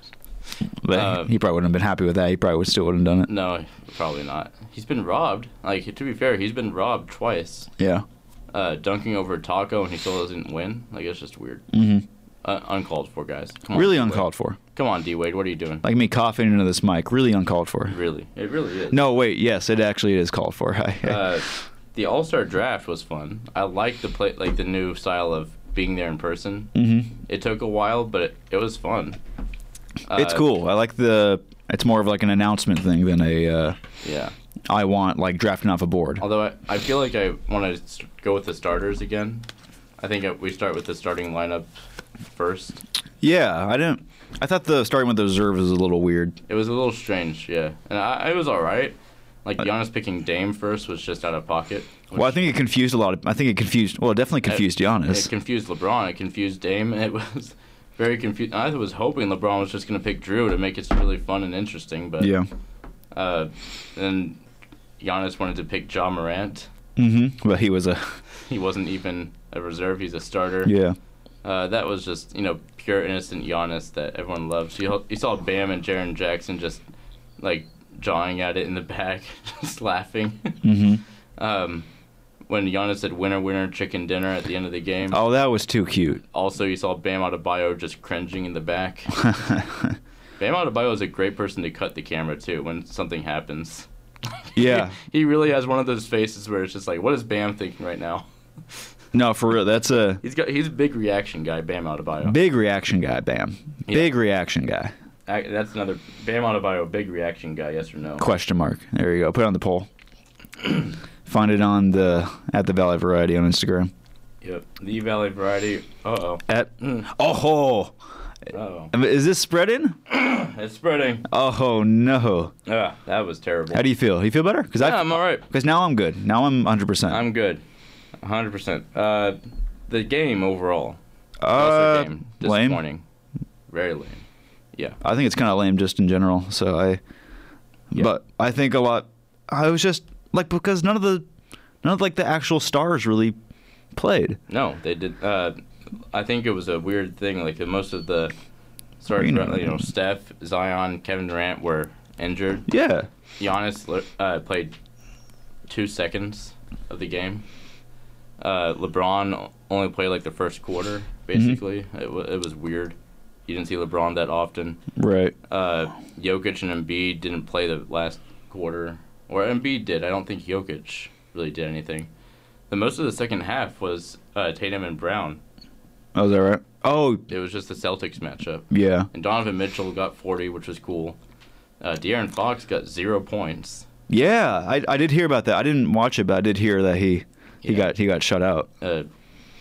C: But
B: Uh,
C: he probably wouldn't have been happy with that. He probably would still wouldn't have done
B: no, probably not. He's been robbed. Like to be fair, he's been robbed twice.
C: it. Yeah,
B: Uh, dunking over Taco and he still doesn't win. Like it's just weird.
C: Mhm.
B: Uh, uncalled for, guys. Come on,
C: really
B: D-Wade.
C: uncalled for.
B: Come on, D Wade. What are you doing?
C: Like me coughing into this mic, really uncalled for.
B: Really, it really is.
C: No, wait, yes, it actually is called for.
B: Uh, the All Star Draft was fun. I like the play, like the new style of being there in person.
C: Mhm.
B: It took a while, but it, it was fun.
C: it's
B: uh,
C: cool. I like the. It's more of like an announcement thing than a. Uh,
B: Yeah.
C: I want like drafting off a board.
B: Although I, I feel like I want to st- go with the starters again. I think uh, we start with the starting lineup first.
C: Yeah, I didn't. I thought the starting with the reserve was a little weird.
B: It was a little strange, yeah, and I, I was all right. Like Giannis picking Dame first was just out of pocket.
C: Uh, Well, I think it confused a lot. Of, I think it confused. Well, it definitely confused Giannis.
B: It confused LeBron. It confused Dame. It was very confused. I was hoping LeBron was just going to pick Drew to make it really fun and interesting, but
C: yeah.
B: Uh, then Giannis wanted to pick Ja Morant.
C: Mm-hmm. But he was a
B: He wasn't even a reserve. He's a starter.
C: yeah.
B: Uh, that was just you know pure innocent Giannis that everyone loves. You, you saw Bam and Jaron Jackson just like jawing at it in the back, just laughing.
C: Mm-hmm.
B: Um, when Giannis said "winner, winner, chicken dinner" at the end of the game.
C: Oh, that was too cute.
B: Also, you saw Bam Adebayo just cringing in the back. Bam Adebayo is a great person to cut the camera to when something happens.
C: yeah.
B: He really has one of those faces where it's just like, what is Bam thinking right now?
C: No, for real. That's a
B: He's got he's a big reaction guy, Bam Adebayo.
C: big reaction guy, Bam.
B: Yeah.
C: Big reaction guy.
B: Ac- That's another Bam Adebayo, big reaction guy. Yes or no?
C: Question mark. There you go. Put it on the poll. Find it on the at the Valley Variety on Instagram.
B: Yep. The E Valley Variety. Uh oh.
C: At oh,
B: Oh,
C: is this spreading?
B: it's spreading.
C: Oh no!
B: Ah, that was terrible.
C: How do you feel? You feel better? Because
B: yeah, I'm all right.
C: because now I'm good. Now I'm 100. percent
B: I'm good. 100%. Uh, the game overall.
C: Uh,
B: game.
C: lame.
B: Disappointing. Very lame.
C: I think it's kind of lame just in general. So I,
B: Yeah.
C: but I think a lot. I was just like because none of the, none of like the actual stars really played.
B: No, they did. Uh, I think it was a weird thing. Like most of the starting,
C: Green-
B: you know, Steph, Zion, Kevin Durant were injured.
C: Yeah,
B: Giannis le- uh, played two seconds of the game. Uh, LeBron only played like the first quarter. Basically, it, wa it was weird. You didn't see LeBron that often.
C: right.
B: Uh, Jokic and Embiid didn't play the last quarter, or Embiid did. I don't think Jokic really did anything. The most of the second half was uh, Tatum and Brown.
C: Oh, is that right? Oh,
B: It was just the Celtics matchup.
C: yeah.
B: And Donovan Mitchell got 40, which was cool. Uh, De'Aaron Fox got zero points.
C: Yeah, I, I did hear about that. I didn't watch it, but I did hear that he he
B: Yeah.
C: got he got shut out.
B: Uh,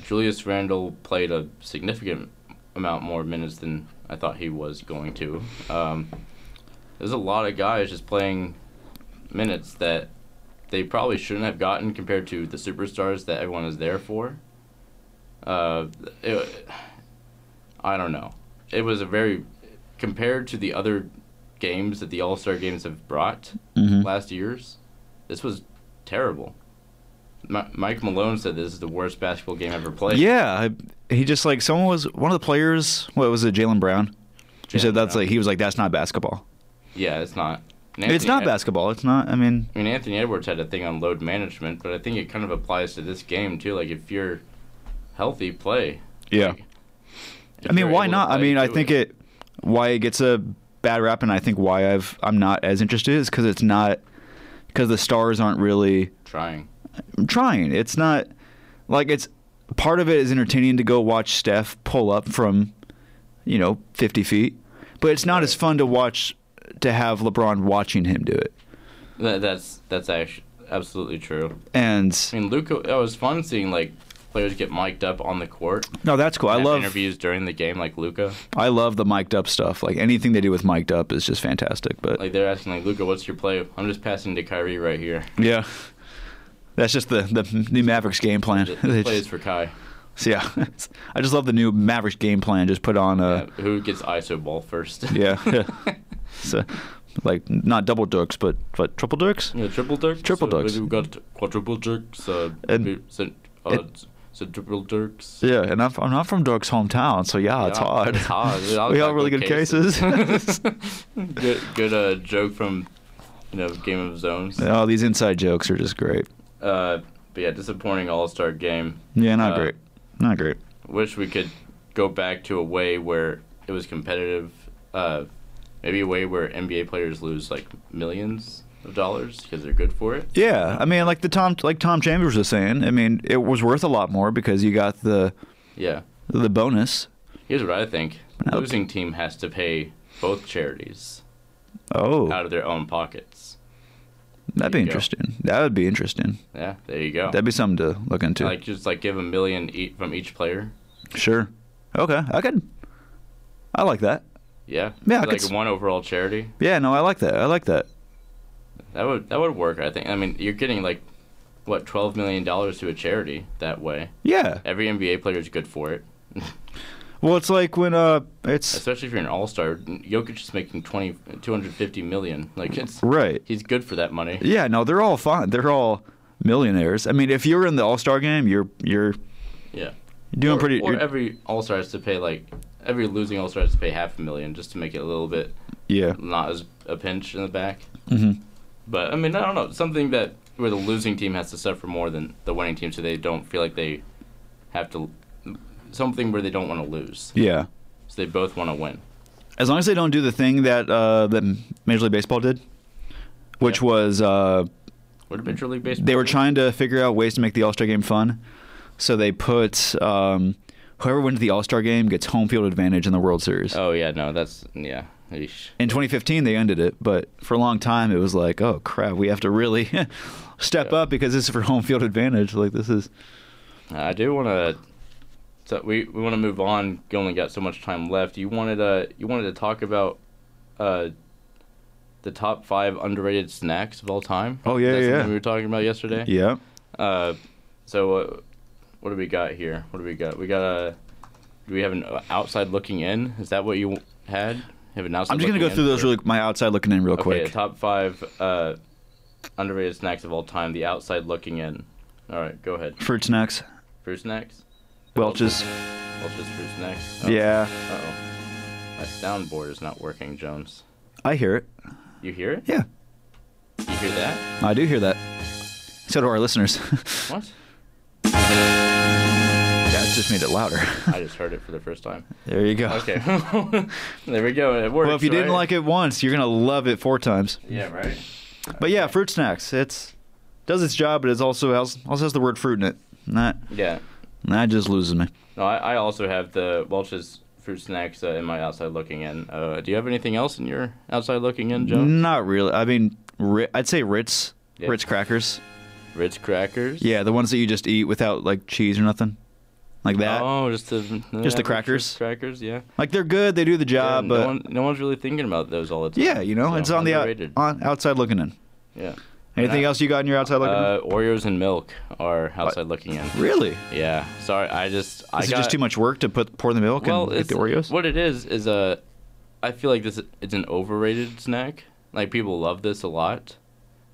B: Julius Randle played a significant amount more minutes than I thought he was going to. Um, there's a lot of guys just playing minutes that they probably shouldn't have gotten compared to the superstars that everyone is there for. Uh, it, I don't know. It was a very compared to the other games that the All Star games have brought
C: Mhm.
B: last year's. This was terrible. Mi- Mike Malone said this is the worst basketball game ever played.
C: Yeah, I- he just like someone was one of the players. What was it, Jalen Brown? He said
B: Jalen
C: that's
B: Brown.
C: like he was like that's not basketball.
B: Yeah, it's not. And
C: it's
B: Anthony
C: not
B: Ed-
C: basketball. It's not. I mean,
B: I mean, Anthony Edwards had a thing on load management, but I think it kind of applies to this game too. Like if you're healthy, play.
C: yeah.
B: If
C: I mean,
B: you're
C: why
B: able to
C: not? I
B: play,
C: mean, I
B: do
C: think it why it gets a bad rap, and I think why I've I'm not as interested is because it's not because the stars aren't really
B: trying.
C: trying. It's not like it's part of it is entertaining to go watch Steph pull up from you know 50 feet, but it's not as fun to watch to have LeBron watching him do it.
B: That, that's that's actually absolutely true.
C: And
B: I mean, Luca. It was fun seeing like players get mic'd up on the court.
C: no, that's cool. I
B: Have
C: love
B: interviews during the game, like Luca.
C: I love the mic'd up stuff. Like anything they do with mic'd up is just fantastic. But
B: Like they're asking, like Luca, what's your play? I'm just passing to Kyrie right here.
C: yeah, that's just the the new Mavericks game plan.
B: Th-
C: They
B: This play is for Kai,
C: just- yeah, I just love the new Mavericks game plan. Just put on
B: uh,
C: a
B: who gets ISO ball first.
C: yeah. so, like not double dirks, but but triple dirks.
B: Yeah, triple dirks.
C: Triple
B: uh,
C: dirks.
B: Maybe we got quadruple dirks. Uh,
C: And-
B: maybe cent- uh,
C: it-
B: c- centriple dirks.
C: Yeah, and I'm, I'm not from Dirk's hometown, so yeah, it's
B: Yeah,
C: hard.
B: It's hard. It's all
C: we
B: got
C: have really good cases.
B: good good uh, joke from you know Game of Zones.
C: oh, these inside jokes are just great.
B: Uh, but yeah, disappointing All Star game.
C: Yeah, not
B: Uh,
C: great. Not great.
B: Wish we could go back to a way where it was competitive. Uh, maybe a way where NBA players lose like millions of dollars because they're good for it.
C: Yeah, I mean, like the Tom, like Tom Chambers was saying. I mean, it was worth a lot more because you got the
B: Yeah.
C: the bonus.
B: Here's what I think:
C: No.
B: losing team has to pay both charities
C: Oh,
B: out of their own pockets.
C: that'd be
B: you go.
C: interesting. That would be interesting.
B: Yeah, there you go.
C: That'd be something to look into.
B: like just like give a million each from each player.
C: sure. Okay, I could. I like that.
B: Yeah.
C: Yeah, I could
B: Like
C: s-
B: one overall charity.
C: Yeah, no, I like that. I like that.
B: That would that would work. I think. I mean, you're getting like what twelve million dollars to a charity that way.
C: Yeah.
B: Every NBA player is good for it,
C: Well, it's like when uh, it's
B: especially if you're an All Star. Jokic is making 20, 250 million. Like it's
C: right.
B: he's good for that money.
C: Yeah, no, they're all fine. They're all millionaires. I mean, if you're in the All Star game, you're you're
B: Yeah.
C: You're doing
B: or,
C: pretty.
B: Or
C: you're-
B: every All Star has to pay like every losing All Star has to pay half a million just to make it a little bit
C: yeah.
B: not as a pinch in the back.
C: Mhm.
B: But I mean, I don't know something that where the losing team has to suffer more than the winning team, so they don't feel like they have to something where they don't want to lose,
C: Yeah.
B: so they both want to win.
C: As long as they don't do the thing that uh, that Major League Baseball did, which
B: Yeah.
C: was uh,
B: What did Major League Baseball?
C: they were
B: do?
C: trying to figure out ways to make the All Star game fun, so they put um, whoever wins the All Star game gets home field advantage in the World Series.
B: Oh yeah, no, that's yeah. Eesh.
C: In 2015, they ended it, but for a long time, it was like, oh crap, we have to really step
B: Yeah.
C: up because this is for home field advantage. Like this is
B: Uh, I do want to. So we we want to move on. You only got so much time left. You wanted uh you wanted to talk about uh the top five underrated snacks of all time.
C: Oh, yeah,
B: Is that
C: yeah,
B: something
C: yeah.
B: We were talking about yesterday.
C: yeah.
B: Uh, so uh, what do we got here? What do we got? We got a. Do we have an uh, outside looking in? Is that what you had? Have an outside.
C: I'm just gonna go
B: looking
C: through
B: in?
C: those really my outside looking in real
B: Okay,
C: quick.
B: top five uh, underrated snacks of all time. The outside looking in. All right, go ahead.
C: Fruit snacks,
B: Fruit snacks.
C: Welch's.
B: Welch's fruit snacks.
C: Yeah,
B: Uh-oh. My soundboard is not working, Jones.
C: I hear it.
B: You hear it?
C: Yeah,
B: You hear that?
C: I do hear that. So do our listeners.
B: What?
C: Yeah, it just made it louder.
B: I just heard it for the first time.
C: there you go.
B: Okay. there we go. It works.
C: Well, if you didn't
B: right?
C: like it once, you're gonna love it four times.
B: Yeah, right.
C: But yeah, fruit snacks. It's does its job, but it's also has also has the word fruit in it. And that
B: Yeah.
C: and that just loses me.
B: No, I, I also have the Welch's fruit snacks uh, in my outside looking in. Uh, do you have anything else in your outside looking in, Jones?
C: Not really. I mean, Ri- I'd say Ritz,
B: Yeah.
C: Ritz crackers.
B: Ritz crackers.
C: Yeah, the ones that you just eat without like cheese or nothing, like that.
B: Oh, just the
C: Just the
B: average
C: crackers?
B: Ritz crackers, yeah.
C: Like they're good. They do the job,
B: yeah
C: but
B: no, one, no one's really thinking about those all the time.
C: yeah, you know,
B: so
C: it's on
B: underrated.
C: the out, on outside looking in.
B: yeah.
C: Anything
B: I-
C: else you got in your outside looking?
B: Uh, Oreos and milk are outside looking in.
C: in? Really? Is
B: Yeah. Sorry, I just I
C: it
B: got
C: just too much work to put pour the milk
B: Well,
C: and eat
B: it's
C: the Oreos?
B: what it is is a. I feel like this it's an overrated snack. Like people love this a lot,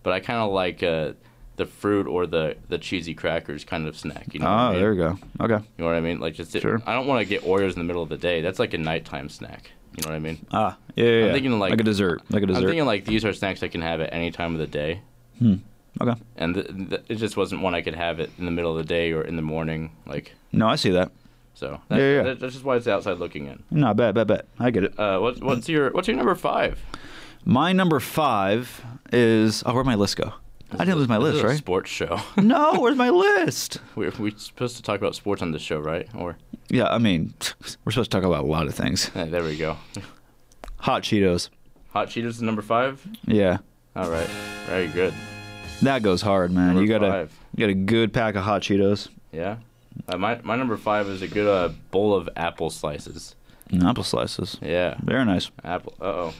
B: but I kind of like uh, the fruit or the the cheesy crackers kind of snack. You know what I
C: Ah,
B: mean?
C: there we go. Okay.
B: You know what I mean? Like just
C: Sure.
B: I don't want to get Oreos in the middle of the day. That's like a nighttime snack. You know what I mean?
C: Ah, yeah, yeah, yeah.
B: thinking, like-
C: like a dessert, like a
B: I'm
C: dessert.
B: thinking like these are snacks I can have at any time of the day,
C: okay.
B: and th- th- it just wasn't one I could have it in the middle of the day or in the morning. Like
C: No, I see that.
B: so. That,
C: Yeah, yeah.
B: That, that's just why it's outside looking in.
C: No, bet, bet, bet. I get it.
B: Uh, what's what's your what's your number five?
C: My number five is. Oh, where'd my list go? I didn't lose my
B: This
C: list,
B: is a
C: right?
B: Sports show.
C: no, where's my list?
B: We're, we're supposed to talk about sports on this show, right? Or
C: Yeah, I mean, we're supposed to talk about a lot of things.
B: eh, there we go.
C: Hot Cheetos.
B: Hot Cheetos is number five.
C: Yeah,
B: All right, very good.
C: that goes hard, man.
B: Number
C: you got a
B: five.
C: you got a good pack of Hot Cheetos.
B: Yeah, uh, my my number five is a good uh, bowl of apple slices.
C: And apple slices.
B: Yeah,
C: Very nice.
B: apple. Uh oh.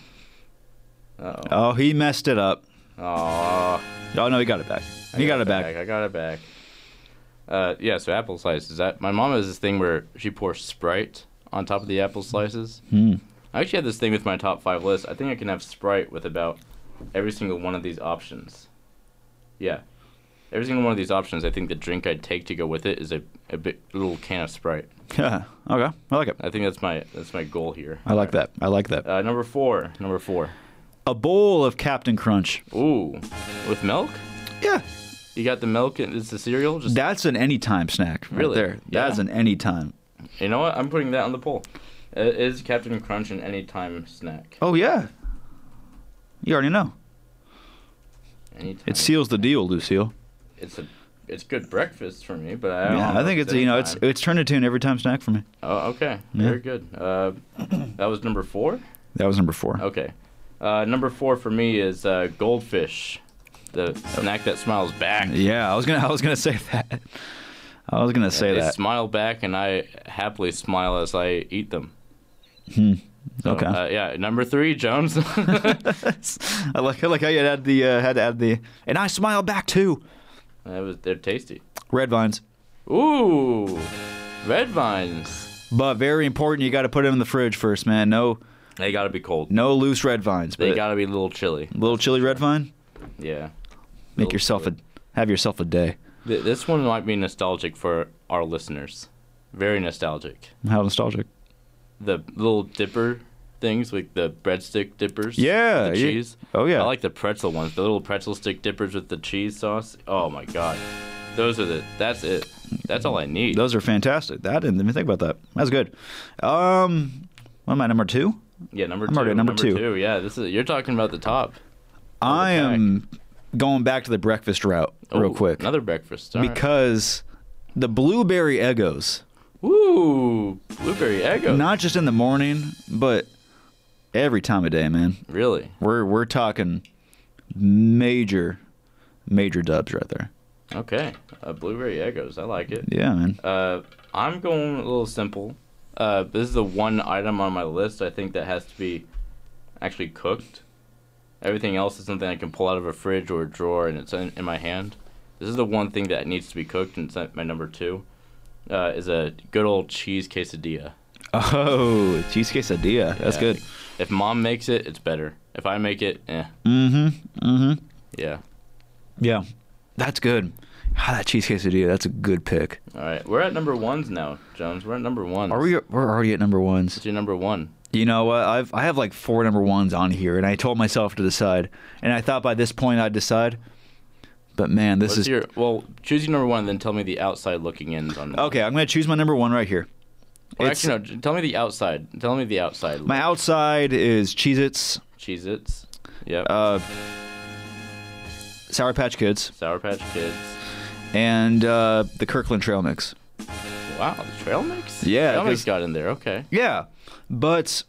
B: Uh
C: Oh, he messed it up.
B: oh. Aw.
C: Oh no, he got it back. He got, it back.
B: I got it back. Uh, yeah, so apple slices. That my mom has this thing where she pours Sprite on top of the apple slices.
C: Hmm.
B: I actually had this thing with my top five list. I think I can have Sprite with about every single one of these options. Yeah, every single one of these options. I think the drink I'd take to go with it is a a bit, little can of Sprite.
C: Yeah. Okay. I like it.
B: I think that's my that's my goal here.
C: I like that. I like that.
B: Uh, number four. Number four.
C: A bowl of Captain Crunch.
B: Ooh, with milk.
C: Yeah.
B: You got the milk and it's the cereal. Just
C: That's an anytime snack. Right
B: Really?
C: There. That's
B: Yeah.
C: an anytime.
B: you know what? I'm putting that on the poll. Uh, Is Captain Crunch an anytime snack?
C: Oh yeah. You already know.
B: Anytime.
C: It seals the deal, Lucille.
B: it's a it's good breakfast for me, but I don't
C: Yeah,
B: know
C: I think
B: if
C: it's you know it's
B: anytime.
C: it's turned into an every time snack for me.
B: Oh, okay.
C: Yeah.
B: Very good. Uh, that was number four.
C: That was number four.
B: Okay. Uh, number four for me is uh, goldfish, the snack that smiles back.
C: Yeah, I was gonna I was gonna say that. I was gonna say
B: they
C: that.
B: smile back, and I happily smile as I eat them. So,
C: Okay.
B: Uh, yeah. Number three, Jones.
C: I like I like how you had the uh, had to add the and I smile back too.
B: That was- they're tasty.
C: Red vines,
B: Ooh, red vines.
C: but very important. You got to put them in the fridge first, man. No
B: They gotta be cold.
C: no loose red vines.
B: They
C: but
B: gotta be a little chilly.
C: little chili red vine.
B: Yeah.
C: Make yourself a have yourself a day.
B: Th- this one might be nostalgic for our listeners. Very nostalgic.
C: How nostalgic.
B: The little dipper things, like the breadstick dippers. The
C: Yeah, yeah.
B: cheese.
C: Oh, yeah.
B: I like the pretzel ones. The little pretzel stick dippers with the cheese sauce. Oh my god. Those are the. That's it. That's all I need.
C: Those are fantastic. That I didn't even think about that. That's good. Um, what am I number two?
B: yeah, number
C: I'm
B: two.
C: already at number two.
B: Yeah, this is. You're talking about the top.
C: I am going back to the breakfast route real
B: Ooh,
C: quick
B: Another breakfast. all right.
C: because the blueberry egos,
B: Ooh, blueberry Eggo.
C: not just in the morning, but every time of day, man.
B: really?
C: We're we're talking major, major dubs right there.
B: Okay. Uh, blueberry Eggos. I like it.
C: Yeah, man.
B: Uh, I'm going a little simple. Uh, this is the one item on my list I think that has to be actually cooked. Everything else is something I can pull out of a fridge or a drawer and it's in, in my hand. This is the one thing that needs to be cooked, and it's at my number two. Uh, is a good old cheese quesadilla.
C: Oh, cheese quesadilla. That's
B: Yeah.
C: good.
B: If mom makes it, it's better. If I make it, eh.
C: Mm-hmm. Mm-hmm.
B: Yeah.
C: Yeah, that's good. Ah, that cheese quesadilla. That's a good pick.
B: All right. We're at number ones now, Jones. We're at number one.
C: Are we? We're already at number ones.
B: What's your number one?
C: You know what? I've I have like four number ones on here, and I told myself to decide, and I thought by this point I'd decide. But man, this
B: What's
C: is
B: your well? Choose your number one, then tell me the outside looking ins on.
C: okay. I'm gonna choose my number one right here.
B: Or
C: It's-
B: actually, no. j- Tell me the outside. Tell me the outside.
C: My outside is Cheez-Its,
B: Cheez-Its. Yep.
C: uh, Sour Patch Kids,
B: Sour Patch Kids.
C: and uh, the Kirkland Trail Mix.
B: Wow, the trail mix.
C: Yeah,
B: trail mix
C: 'cause-
B: got in there. Okay.
C: Yeah, but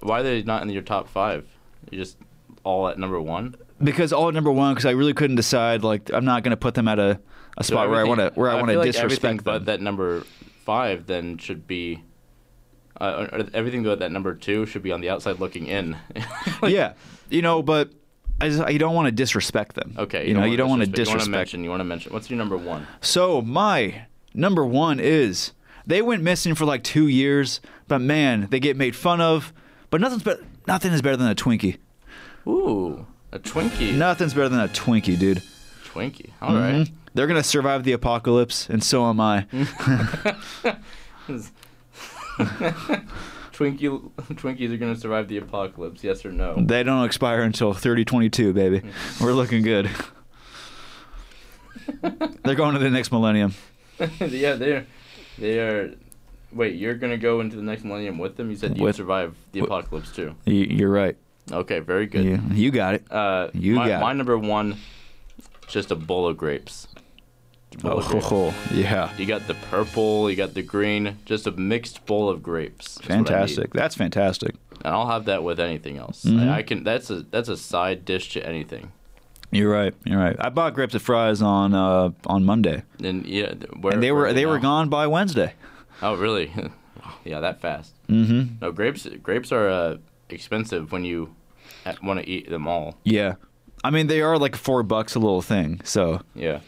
B: Why are they not in your top five? You just all at number one.
C: because all at number one, because I really couldn't decide. Like, I'm not gonna put them at a, a
B: So
C: spot where I want to
B: everything-
C: where I want
B: feel
C: to
B: like everything
C: disrespect
B: But
C: them.
B: that number five then should be. Uh, or- or everything but that number two should be on the outside looking in. Like,
C: yeah, you know, but I, just, I don't want to disrespect them.
B: Okay.
C: you know, you don't want to
B: You want to
C: disrespect.
B: mention. You want to mention. What's your number one?
C: So my number one is they went missing for like two years, but man, they get made fun of. But nothing's better. Nothing is better than a Twinkie.
B: Ooh, a Twinkie.
C: Nothing's better than a Twinkie, dude.
B: Twinkie. All right.
C: Mhm. They're gonna survive the apocalypse, and so am I.
B: Twinkie. Twinkies are gonna survive the apocalypse. Yes or no?
C: they don't expire until 3022, baby. We're looking good. They're going to the next millennium.
B: yeah, they're they are. Wait, you're gonna go into the next millennium with them? You said you
C: With-
B: would survive the apocalypse too.
C: You, you're right.
B: Okay, very good.
C: You, you got it.
B: Uh,
C: You
B: my,
C: got
B: my
C: it.
B: number one. Just a bowl of grapes. Bowl
C: Oh,
B: of grapes.
C: yeah.
B: You got the purple. You got the green. Just a mixed bowl of grapes. is what I need.
C: Fantastic. Mm-hmm. That's fantastic.
B: and I'll have that with anything else. I, I can. That's a that's a side dish to anything.
C: You're right. You're right. I bought grapes of fries on uh, on Monday.
B: And yeah, th- where,
C: and they
B: where
C: were
B: are
C: they were
B: now?
C: gone by Wednesday.
B: Oh, really? yeah, that fast.
C: Mm-hmm.
B: No, grapes grapes are uh, expensive when you want to eat them all.
C: Yeah, I mean they are like four bucks a little thing, so
B: Yeah.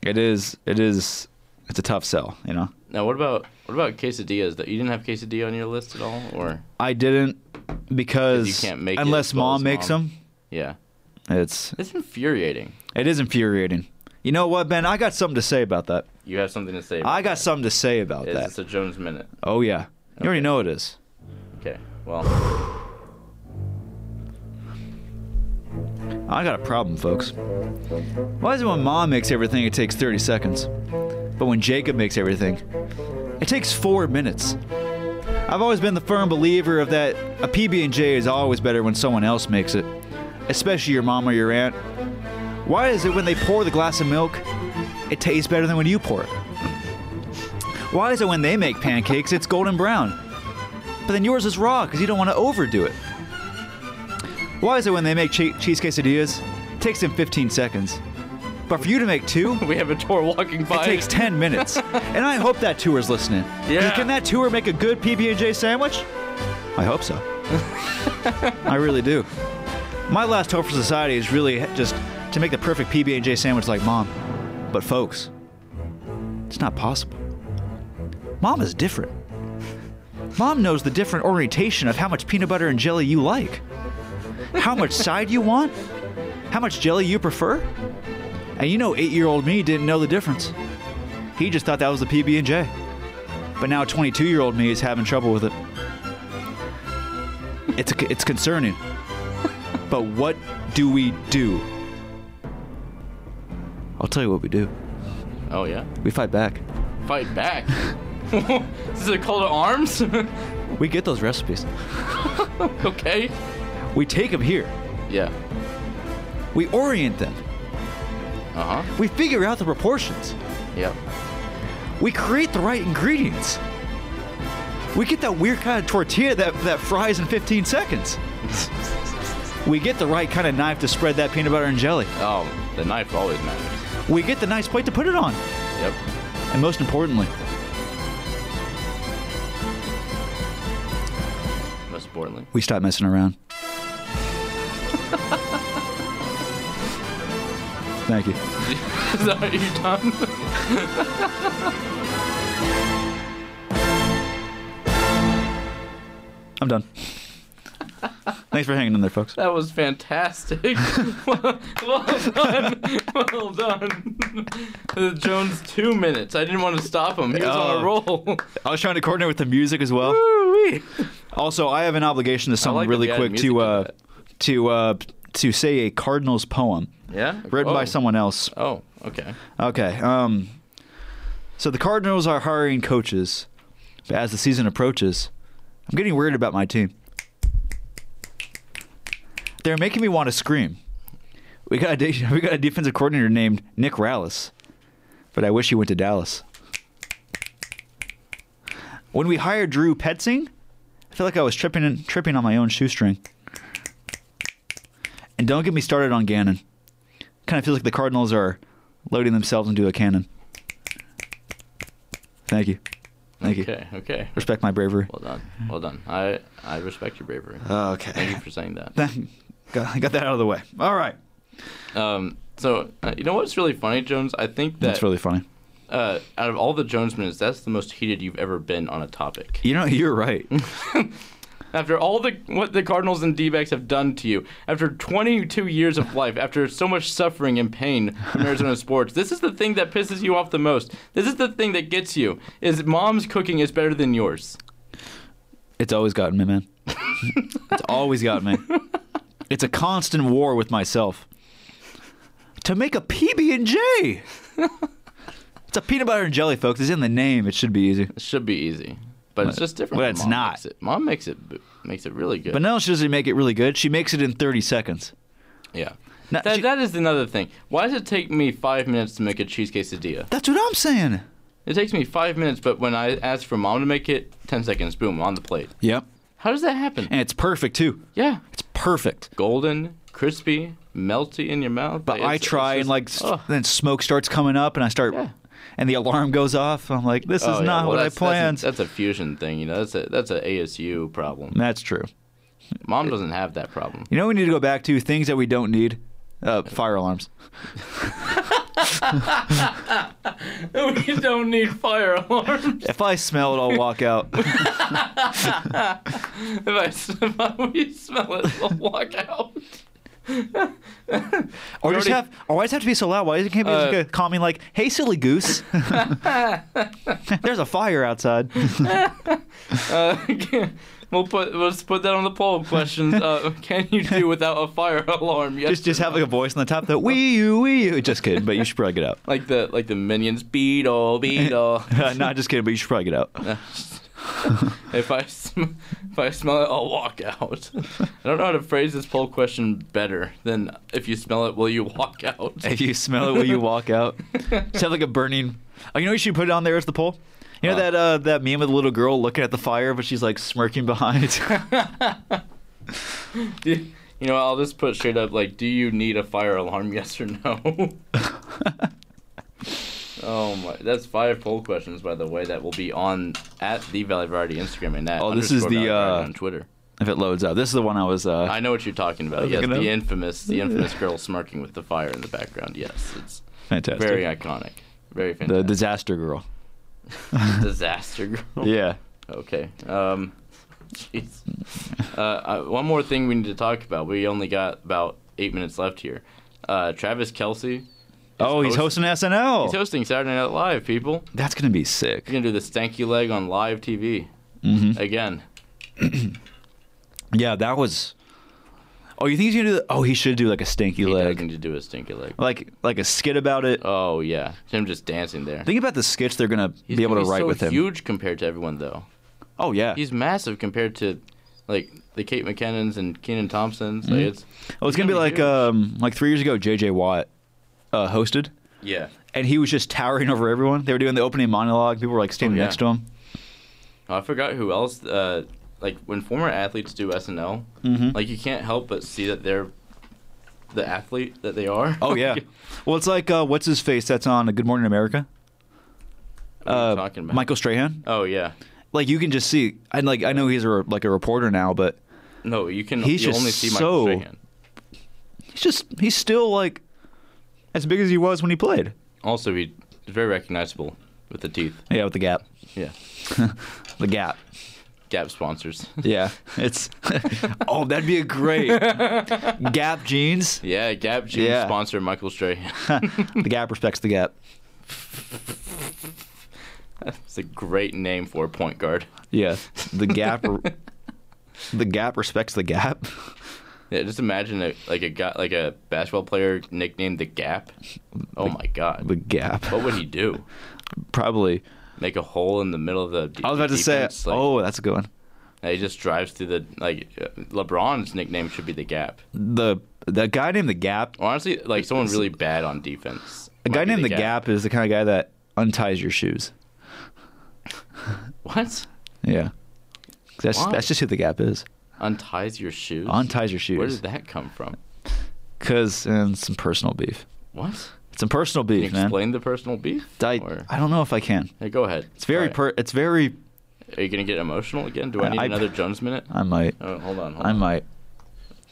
C: it is it is it's a tough sell, you know.
B: Now, what about what about quesadillas? That you didn't have quesadilla on your list at all, or
C: I didn't because
B: You can't make it
C: unless
B: as well
C: mom
B: as
C: makes
B: mom. yeah,
C: them, it's
B: it's infuriating.
C: it is infuriating. You know what, Ben? I got something to say about that.
B: You have something to say? About
C: I got something to say about
B: That. It's,
C: that.
B: it's a Jones minute.
C: oh yeah, you
B: Okay.
C: already know it is.
B: Okay. Well,
C: I got a problem, folks. Why is it when mom makes everything it takes 30 seconds? But when Jacob makes everything, it takes 4 minutes. I've always been the firm believer of that a PB&J is always better when someone else makes it, especially your mom or your aunt. Why is it when they pour the glass of milk, it tastes better than when you pour it? Why is it when they make pancakes, it's golden brown? But then yours is raw because you don't want to overdo it. Why is it when they make che- cheese quesadillas, it takes them 15 seconds? But for you to make two,
B: we have a tour walking by.
C: it takes 10 minutes. and I hope that tour's listening. 'Cause
B: Yeah.
C: Can that tour make a good PB&J sandwich? I hope so. I really do. My last hope for society is really just to make the perfect PB&J sandwich like mom. But folks, it's not possible. Mom is different. Mom knows the different orientation of how much peanut butter and jelly you like, how much side you want, how much jelly you prefer. And you know, eight-year-old me didn't know the difference. He just thought that was the PB and J. But now 22 year old me is having trouble with it. It's, it's concerning. but what do we do? I'll tell you what we do.
B: Oh yeah.
C: We fight back.
B: Fight back. this is a call to arms.
C: We get those recipes.
B: okay.
C: We take them here.
B: Yeah.
C: We orient them.
B: Uh huh.
C: We figure out the proportions.
B: Yep.
C: We create the right ingredients. We get that weird kind of tortilla that, that fries in 15 seconds. we get the right kind of knife to spread that peanut butter and jelly.
B: Oh, the knife always matters.
C: We get the nice plate to put it on.
B: Yep.
C: And most importantly,
B: Most importantly.
C: we stop messing around. Thank you.
B: is that what you've done?
C: I'm done. Thanks for hanging in there, folks.
B: That was fantastic. well, well done. Well done. The Jones two minutes. I didn't want to stop him. He was on
C: Oh.
B: a roll.
C: I was trying to coordinate with the music as well.
B: Woo-wee.
C: Also, I have an obligation to someone
B: like that
C: really
B: we added
C: quick
B: music
C: to
B: to
C: uh,
B: that.
C: to uh, to say a Cardinals poem
B: yeah.
C: written by
B: Oh.
C: someone else.
B: Oh, okay.
C: Okay. Um, so the Cardinals are hiring coaches, but as the season approaches, I'm getting worried about my team. They're making me want to scream. We got a de- we got a defensive coordinator named Nick Rallis, but I wish he went to Dallas. When we hired Drew Petzing, I feel like I was tripping and tripping on my own shoestring. And don't get me started on Gannon. Kind of feels like the Cardinals are loading themselves into a cannon. Thank you. Thank you.
B: Okay. Okay.
C: Respect my bravery.
B: Well done. Well done. I I respect your bravery.
C: Uh,
B: Thank
C: Oh, Okay.
B: you for saying that.
C: got, got that out of the way. All right.
B: Um, so uh, you know what's really funny, Jones? I think that
C: That's really funny.
B: uh, out of all the Jones minutes, that's the most heated you've ever been on a topic.
C: You know, you're right.
B: After all the what the Cardinals and D-backs have done to you, after 22 years of life, after so much suffering and pain from Arizona sports, this is the thing that pisses you off the most. This is the thing that gets you. Is mom's cooking is better than yours?
C: It's always gotten me, man. it's always gotten me. It's a constant war with myself to make a PB and J. It's a peanut butter and jelly, folks. It's in the name. It should be easy.
B: It should be easy, but it's just different.
C: but
B: when
C: it's
B: Mom
C: not.
B: Makes it. Mom makes it b- makes it really good.
C: But no, she doesn't make it really good. She makes it in 30 seconds.
B: yeah.
C: Now,
B: That,
C: she-
B: that is another thing. Why does it take me five minutes to make a cheese quesadilla?
C: that's what I'm saying.
B: It takes me five minutes, but when I ask for mom to make it, ten seconds, boom, on the plate.
C: Yep.
B: How does that happen?
C: And it's perfect too.
B: yeah,
C: It's perfect.
B: golden, crispy, melty in your mouth.
C: But I
B: it's-
C: try
B: it's
C: and
B: just-
C: like s
B: oh.
C: then smoke starts coming up and I start
B: Yeah.
C: and the alarm goes off. I'm like, this is
B: Oh, yeah,
C: not
B: well,
C: what I
B: that's- that's a-
C: planned. That's,
B: That's, a fusion thing, you know. That's a that's a ASU problem.
C: true.
B: Mom doesn't have that problem.
C: You know what we need to go back to things that we don't need. Uh, fire alarms.
B: we don't need fire alarms.
C: If I smell it, I'll walk out.
B: if I smell, we smell it, we'll walk out.
C: Or just
B: already-
C: have, or why does it have to be so loud? Why is it can't be just
B: Uh,
C: like a calming like, "Hey, silly goose, there's a fire outside."
B: Uh, we'll put let's put that on the poll questions. Uh, can you do without a fire alarm? Yes.
C: just, just
B: or
C: have
B: no?
C: like a voice on the top that wee you wee you. Just kidding, but you should probably get out.
B: like the like the minions beetle beetle.
C: Not just kidding, but you should probably get out.
B: if I sm- if I smell it, I'll walk out. I don't know how to phrase this poll question better than if you smell it, will you walk out?
C: If you smell it, will you walk out? Just have like a burning. Oh, you know what you should put on there as the poll. You know
B: Uh.
C: that uh, that meme of the little girl looking at the fire, but she's like smirking behind.
B: Do- you know, I'll just put straight up like, do you need a fire alarm? Yes or no. oh my, that's five poll questions by the way that will be on at the Valley Variety Instagram and that.
C: Oh, this is
B: underscore
C: the,
B: Valley Variety
C: uh,
B: on Twitter.
C: if it loads up, this is the one I was. Uh,
B: I know what you're talking about.
C: was
B: Yes,
C: looking
B: the
C: up.
B: infamous, the infamous girl smirking with the fire in the background. Yes, it's
C: fantastic.
B: very iconic, very
C: the
B: fantastic.
C: disaster girl.
B: disaster girl.
C: Yeah.
B: Okay. Um, jeez. Uh, uh, one more thing we need to talk about. We only got about eight minutes left here. Uh, Travis Kelsey
C: Oh, he's
B: host-
C: hosting SNL.
B: He's hosting Saturday Night Live, people.
C: That's gonna be sick. Mm-hmm.
B: He's gonna do the stanky leg on live TV again.
C: Yeah, that was. Oh, you think he's gonna do? The... Oh, he should do like a stinky
B: He does
C: leg,
B: need to do a stinky leg.
C: like like a skit about it.
B: Oh yeah, him just dancing there.
C: Think about the skits they're gonna
B: He's
C: be able
B: gonna
C: to write
B: so
C: with him.
B: Huge compared to everyone though.
C: Oh yeah.
B: He's massive compared to like the Kate McKinnons and Keenan Thompsons. Like, it's
C: oh,
B: he's
C: it's gonna be
B: gonna
C: like
B: huge.
C: um like three years ago, J.J. Watt uh, hosted,
B: yeah.
C: and he was just towering over everyone. They were doing the opening monologue. People were like standing
B: Oh, yeah.
C: next to him.
B: I forgot who else. Uh, like when former athletes do SNL,
C: Mhm.
B: like you can't help but see that they're the athlete that they are.
C: Oh yeah. well, it's like uh, what's his face that's on Good Morning America.
B: What are you
C: Uh,
B: talking about?
C: Michael Strahan.
B: Oh yeah.
C: Like you can just see, and like I know he's a, re- like a reporter now, but
B: No, you can.
C: He's
B: you
C: just
B: only see
C: so-
B: Michael Strahan.
C: he's just he's still like as big as he was when he played.
B: Also, he's very recognizable with the teeth.
C: Yeah, with the gap.
B: Yeah.
C: The gap.
B: Gap sponsors.
C: Yeah, it's. oh, that'd be a great Gap jeans.
B: yeah, Gap jeans
C: Yeah.
B: sponsor Michael Strahan.
C: The Gap respects the Gap.
B: It's a great name for a point guard.
C: Yeah, the Gap. the Gap respects the Gap.
B: Yeah, just imagine a, like a guy, like a basketball player nicknamed the Gap. Oh my
C: The
B: God,
C: Gap.
B: what would he do?
C: Probably.
B: Make a hole in the middle of the. de-
C: I was about to say.
B: defense? Like,
C: oh, that's a good one.
B: he just drives through the like. uh, LeBron's nickname should be the Gap.
C: The the guy named the Gap.
B: Honestly, like someone really bad on defense.
C: A guy
B: might be
C: named the Gap. is the kind of guy that unties your shoes.
B: What?
C: Yeah. That's
B: Why?
C: that's just who the Gap is.
B: Unties your shoes.
C: Unties your
B: Where did
C: shoes.
B: that come from?
C: Cause and some personal beef.
B: What?
C: It's some personal
B: Can you
C: beef, man.
B: explain the personal beef?
C: I,
B: Or-
C: I don't know if I can.
B: Hey, go ahead.
C: It's very per. It's very.
B: Are you gonna get emotional again? Do I
C: I-
B: need
C: I-
B: another Jones minute?
C: I might.
B: Oh, hold on. Hold
C: I
B: on.
C: might.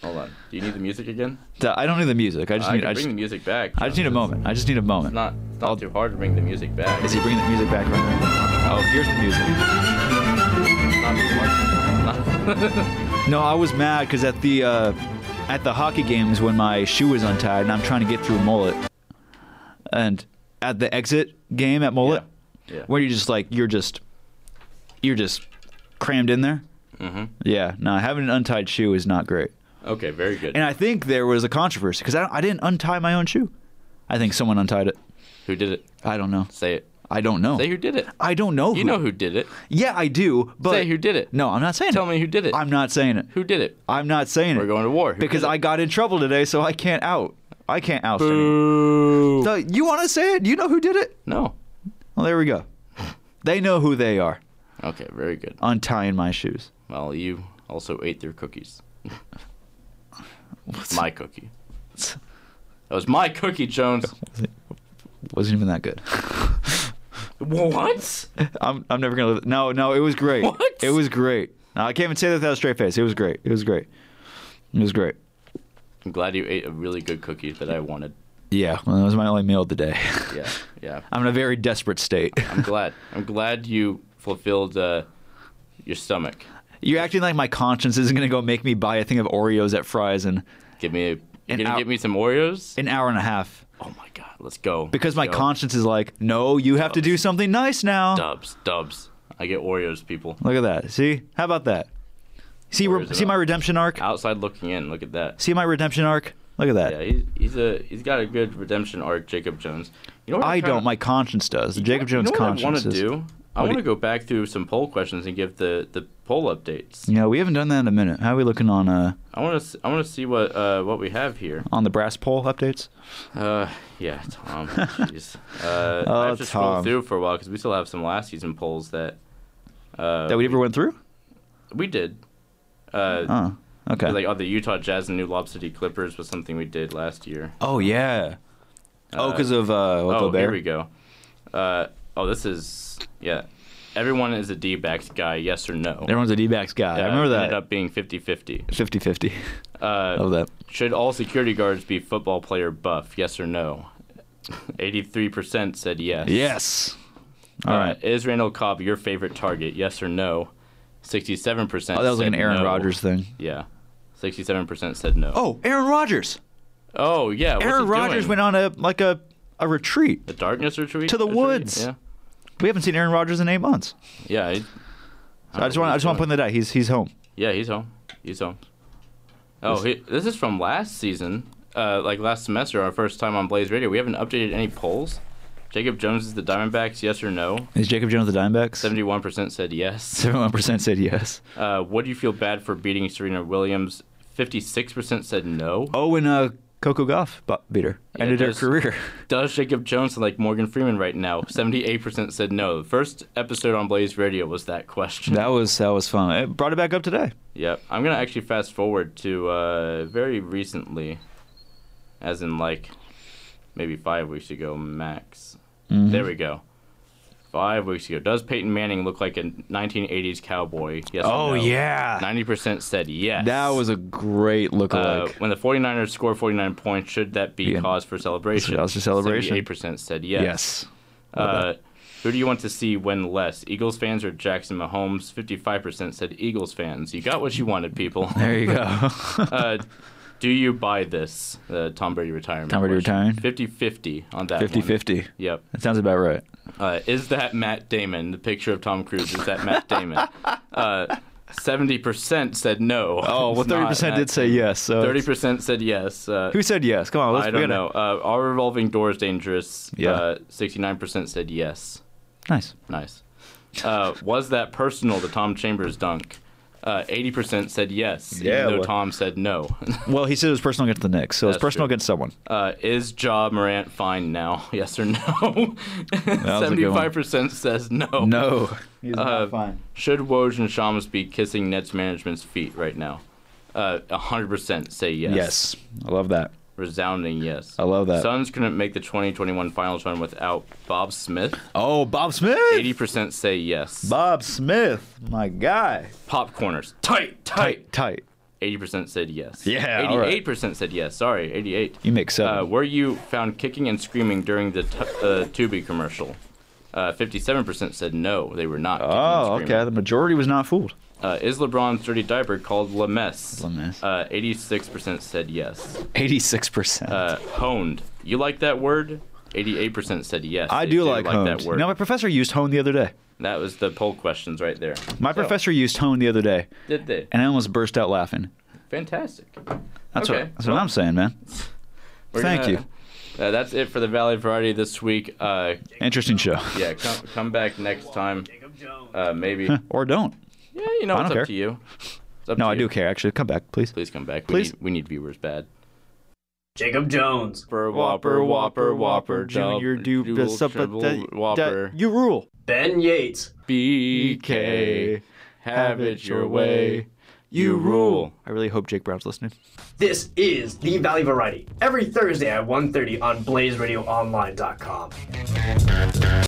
B: Hold on. Do you need the music again?
C: Th- I don't need the music. I
B: I,
C: just
B: can
C: need. I
B: bring
C: just,
B: the music back.
C: I just need a moment. I just need a moment.
B: It's not it's not
C: I'll-
B: too hard to bring the music back.
C: Is he bringing the music back right now? Oh, here's the music.
B: It's not too hard. It's not-
C: No, I was mad because at the uh, at the hockey games when my shoe was untied and I'm trying to get through mullet, and at the exit game at mullet,
B: yeah.
C: where you just like you're just you're just crammed in there.
B: Mhm.
C: Yeah. No, having an untied shoe is not great.
B: Okay. Very good.
C: And I think there was a controversy because I, I didn't untie my own shoe. I think someone untied it.
B: who did it?
C: I don't know.
B: Say it.
C: I don't know.
B: Say who did it.
C: I don't know.
B: You
C: who.
B: know who did it.
C: Yeah, I do. But
B: Say who did it.
C: No, I'm not saying
B: Tell
C: it.
B: me who did it.
C: I'm not saying it.
B: Who did it?
C: I'm not saying it.
B: We're going to war. Who
C: because
B: did
C: I
B: it?
C: got in trouble today, so I can't out. I can't out. Cindy.
B: Boo.
C: So you want to say it? You know who did it?
B: No.
C: Well, there we go. They know who they are.
B: Okay. Very good.
C: Untying my shoes.
B: Well, you also ate their cookies. my cookie. That was my cookie, Jones.
C: Wasn't even that good.
B: what?
C: I'm, I'm never gonna. Live. No, no, it was great.
B: What?
C: It was great. No, I can't even say that without a straight face. It was great. It was great. It was great.
B: I'm glad you ate a really good cookie that I wanted.
C: Yeah, well, that was my only meal of the day.
B: Yeah, yeah.
C: I'm in a very desperate state.
B: I'm glad. I'm glad you fulfilled uh, your stomach.
C: You're acting like my conscience isn't gonna go make me buy a thing of Oreos at Fry's in
B: Give me. A, you
C: An
B: gonna
C: hour-
B: give me some Oreos?
C: an hour and a half
B: oh my God! Let's go.
C: because my
B: Go.
C: conscience is like, no, you have to do something nice now.
B: dubs, dubs. I get Oreos, people.
C: Look at that. See? How about that? See, re-
B: Oreos are
C: see my
B: up.
C: redemption arc.
B: Outside looking in. Look at that.
C: See my redemption arc. Look at that.
B: Yeah, he's he's a he's got a good redemption arc, Jacob Jones. You know what
C: I
B: I'm trying
C: don't.
B: to-
C: My conscience does. Jacob Jones'
B: you know what I
C: conscience.
B: want to
C: is-
B: do? I
C: What do
B: want
C: you-
B: to go back through some poll questions and give the the poll updates.
C: Yeah, we haven't done that in a minute. How are we looking on uh
B: I want to I want to see what uh what we have here.
C: on the brass poll updates?
B: Uh, yeah, Tom. Jeez. Uh, I have to
C: Oh, Tom.
B: scroll through for a while because we still have some last season polls that uh,
C: that we ever went through?
B: we did. Uh,
C: Oh, okay.
B: Like, oh, the Utah Jazz and New Lob City Clippers was something we did last year.
C: oh yeah. oh,
B: Uh,
C: because of uh, what
B: oh,
C: Gobert?
B: here we go. Uh, oh, this is yeah. Everyone is a D-backs guy, yes or no?
C: Everyone's a D-backs guy.
B: Uh,
C: I remember
B: Ended
C: that.
B: up being 50-50.
C: 50-50. Love
B: Uh,
C: that.
B: should all security guards be football player buff? Yes or no? Eighty-three percent said yes.
C: Yes. All
B: Uh,
C: right.
B: Is Randall Cobb your favorite target? Yes or no? Sixty-seven percent.
C: Oh, that was like an Aaron Rodgers thing.
B: Yeah, sixty-seven percent said no.
C: Oh, Aaron Rodgers.
B: oh yeah. what's
C: Aaron
B: he
C: Rodgers
B: doing?
C: went on a like a a retreat.
B: The darkness retreat.
C: To the
B: Retreat?
C: woods.
B: Yeah.
C: We haven't seen Aaron Rodgers in eight months.
B: Yeah. he-
C: So I just want I just want to put in the day. He's he's home.
B: Yeah, he's home. He's home. Oh, he, this is from last season, uh, like last semester, our first time on Blaze Radio. We haven't updated any polls. Jacob Jones is the Diamondbacks, yes or no?
C: Is Jacob Jones the Diamondbacks?
B: 71% said yes.
C: Seventy-one percent said yes.
B: Uh, would you feel bad for beating Serena Williams? 56% said no.
C: Oh, and uh, Coco Goff bu- beat her.
B: Yeah,
C: Ended her
B: there's-
C: career.
B: Does Jacob Jones sound like Morgan Freeman right now? 78% said no. The first episode on Blaze Radio was that question.
C: that was that was fun. It brought it back up today.
B: Yep. I'm gonna actually fast forward to uh, very recently, as in like maybe five weeks ago max.
C: Mm-hmm.
B: There we go. Five weeks ago. Does Peyton Manning look like a 1980s cowboy? Yes. or
C: Oh
B: no?
C: yeah,
B: 90% said yes.
C: that was a great
B: Uh,
C: lookalike.
B: when the 49ers score 49 points, should that be
C: Yeah.
B: cause for celebration?
C: That's a celebration.
B: 78% said yes.
C: yes.
B: Uh, who do you want to see win less? Eagles fans or Jackson Mahomes? 55% said Eagles fans. You got what you wanted, people.
C: There you go.
B: Uh, do you buy this uh, Tom Brady retirement?
C: Tom Brady retiring?
B: 50 50 on that 50
C: 50-50.
B: Yep.
C: That sounds about right.
B: Uh, is that Matt Damon? The picture of Tom Cruise, is that Matt Damon? Uh, 70% said no.
C: Oh, well,
B: It's not
C: thirty percent
B: Matt
C: did say
B: Damon.
C: yes. So
B: 30% said yes. Uh,
C: who said yes? Come on, let's
B: I
C: we
B: don't
C: gotta-
B: know. Uh, are revolving doors dangerous?
C: Yeah.
B: Uh, 69% said yes.
C: Nice.
B: Nice. Uh, was that personal to Tom Chambers' dunk? Uh, 80% said yes,
C: Yeah,
B: even though
C: well-
B: Tom said no.
C: Well, he said it was personal against the Knicks, so it's
B: That's
C: personal
B: true.
C: against someone.
B: Uh, is Ja Morant fine now? Yes or no?
C: was a good one.
B: Seventy-five percent says no.
C: No, he's
B: Uh, Should Woj and Shams be kissing Nets management's feet right now? Uh, hundred percent say yes.
C: Yes, I love that.
B: Resounding yes.
C: I love that.
B: Suns couldn't make the 2021 finals run without Bob Smith.
C: Oh, Bob Smith.
B: Eighty percent say yes.
C: Bob Smith, my guy.
B: Popcorners tight, tight.
C: tight.
B: Eighty percent said yes.
C: Yeah, all right.
B: Eighty-eight percent said yes. Sorry, eighty-eight.
C: You make
B: Uh,
C: seven.
B: were you found kicking and screaming during the t- uh, Tubi commercial? Uh, 57% said no, they were not. kicking and
C: oh, okay.
B: screaming.
C: The majority was not fooled.
B: Uh, is LeBron's dirty diaper called La Mess?
C: La Mess.
B: Uh, 86% said yes.
C: Eighty-six percent.
B: Uh, honed. You like that word? 88% said yes.
C: I
B: they
C: do like, honed.
B: that word.
C: Now, my professor used hone the other day.
B: that was the poll questions right there.
C: My
B: So,
C: professor used hone the other day,
B: Did they?
C: and I almost burst out laughing.
B: Fantastic.
C: That's
B: Okay,
C: what. That's what I'm saying, man.
B: We're
C: Thank
B: gonna- Uh, that's it for the Valley Variety this week. Uh,
C: Interesting show.
B: yeah, come, come back next time.
D: Jacob Jones.
B: Uh, maybe.
C: or don't.
B: Yeah, you know,
C: I
B: it's
C: don't
B: up
C: care.
B: to you. It's up
C: No,
B: to
C: I
B: you.
C: do care. Actually, come back, please.
B: Please come back.
C: Please.
B: We need, we need viewers bad.
E: Jacob Jones.
B: Whopper, whopper, whopper, whopper,
C: Junior, do
B: triple, whopper,
C: You rule.
E: Ben Yates.
C: E
B: BK, have it your way. You rule.
C: I really hope Jake Brown's listening.
G: This is The Valley Variety, every Thursday at 1.30 on BlazeRadioOnline.com.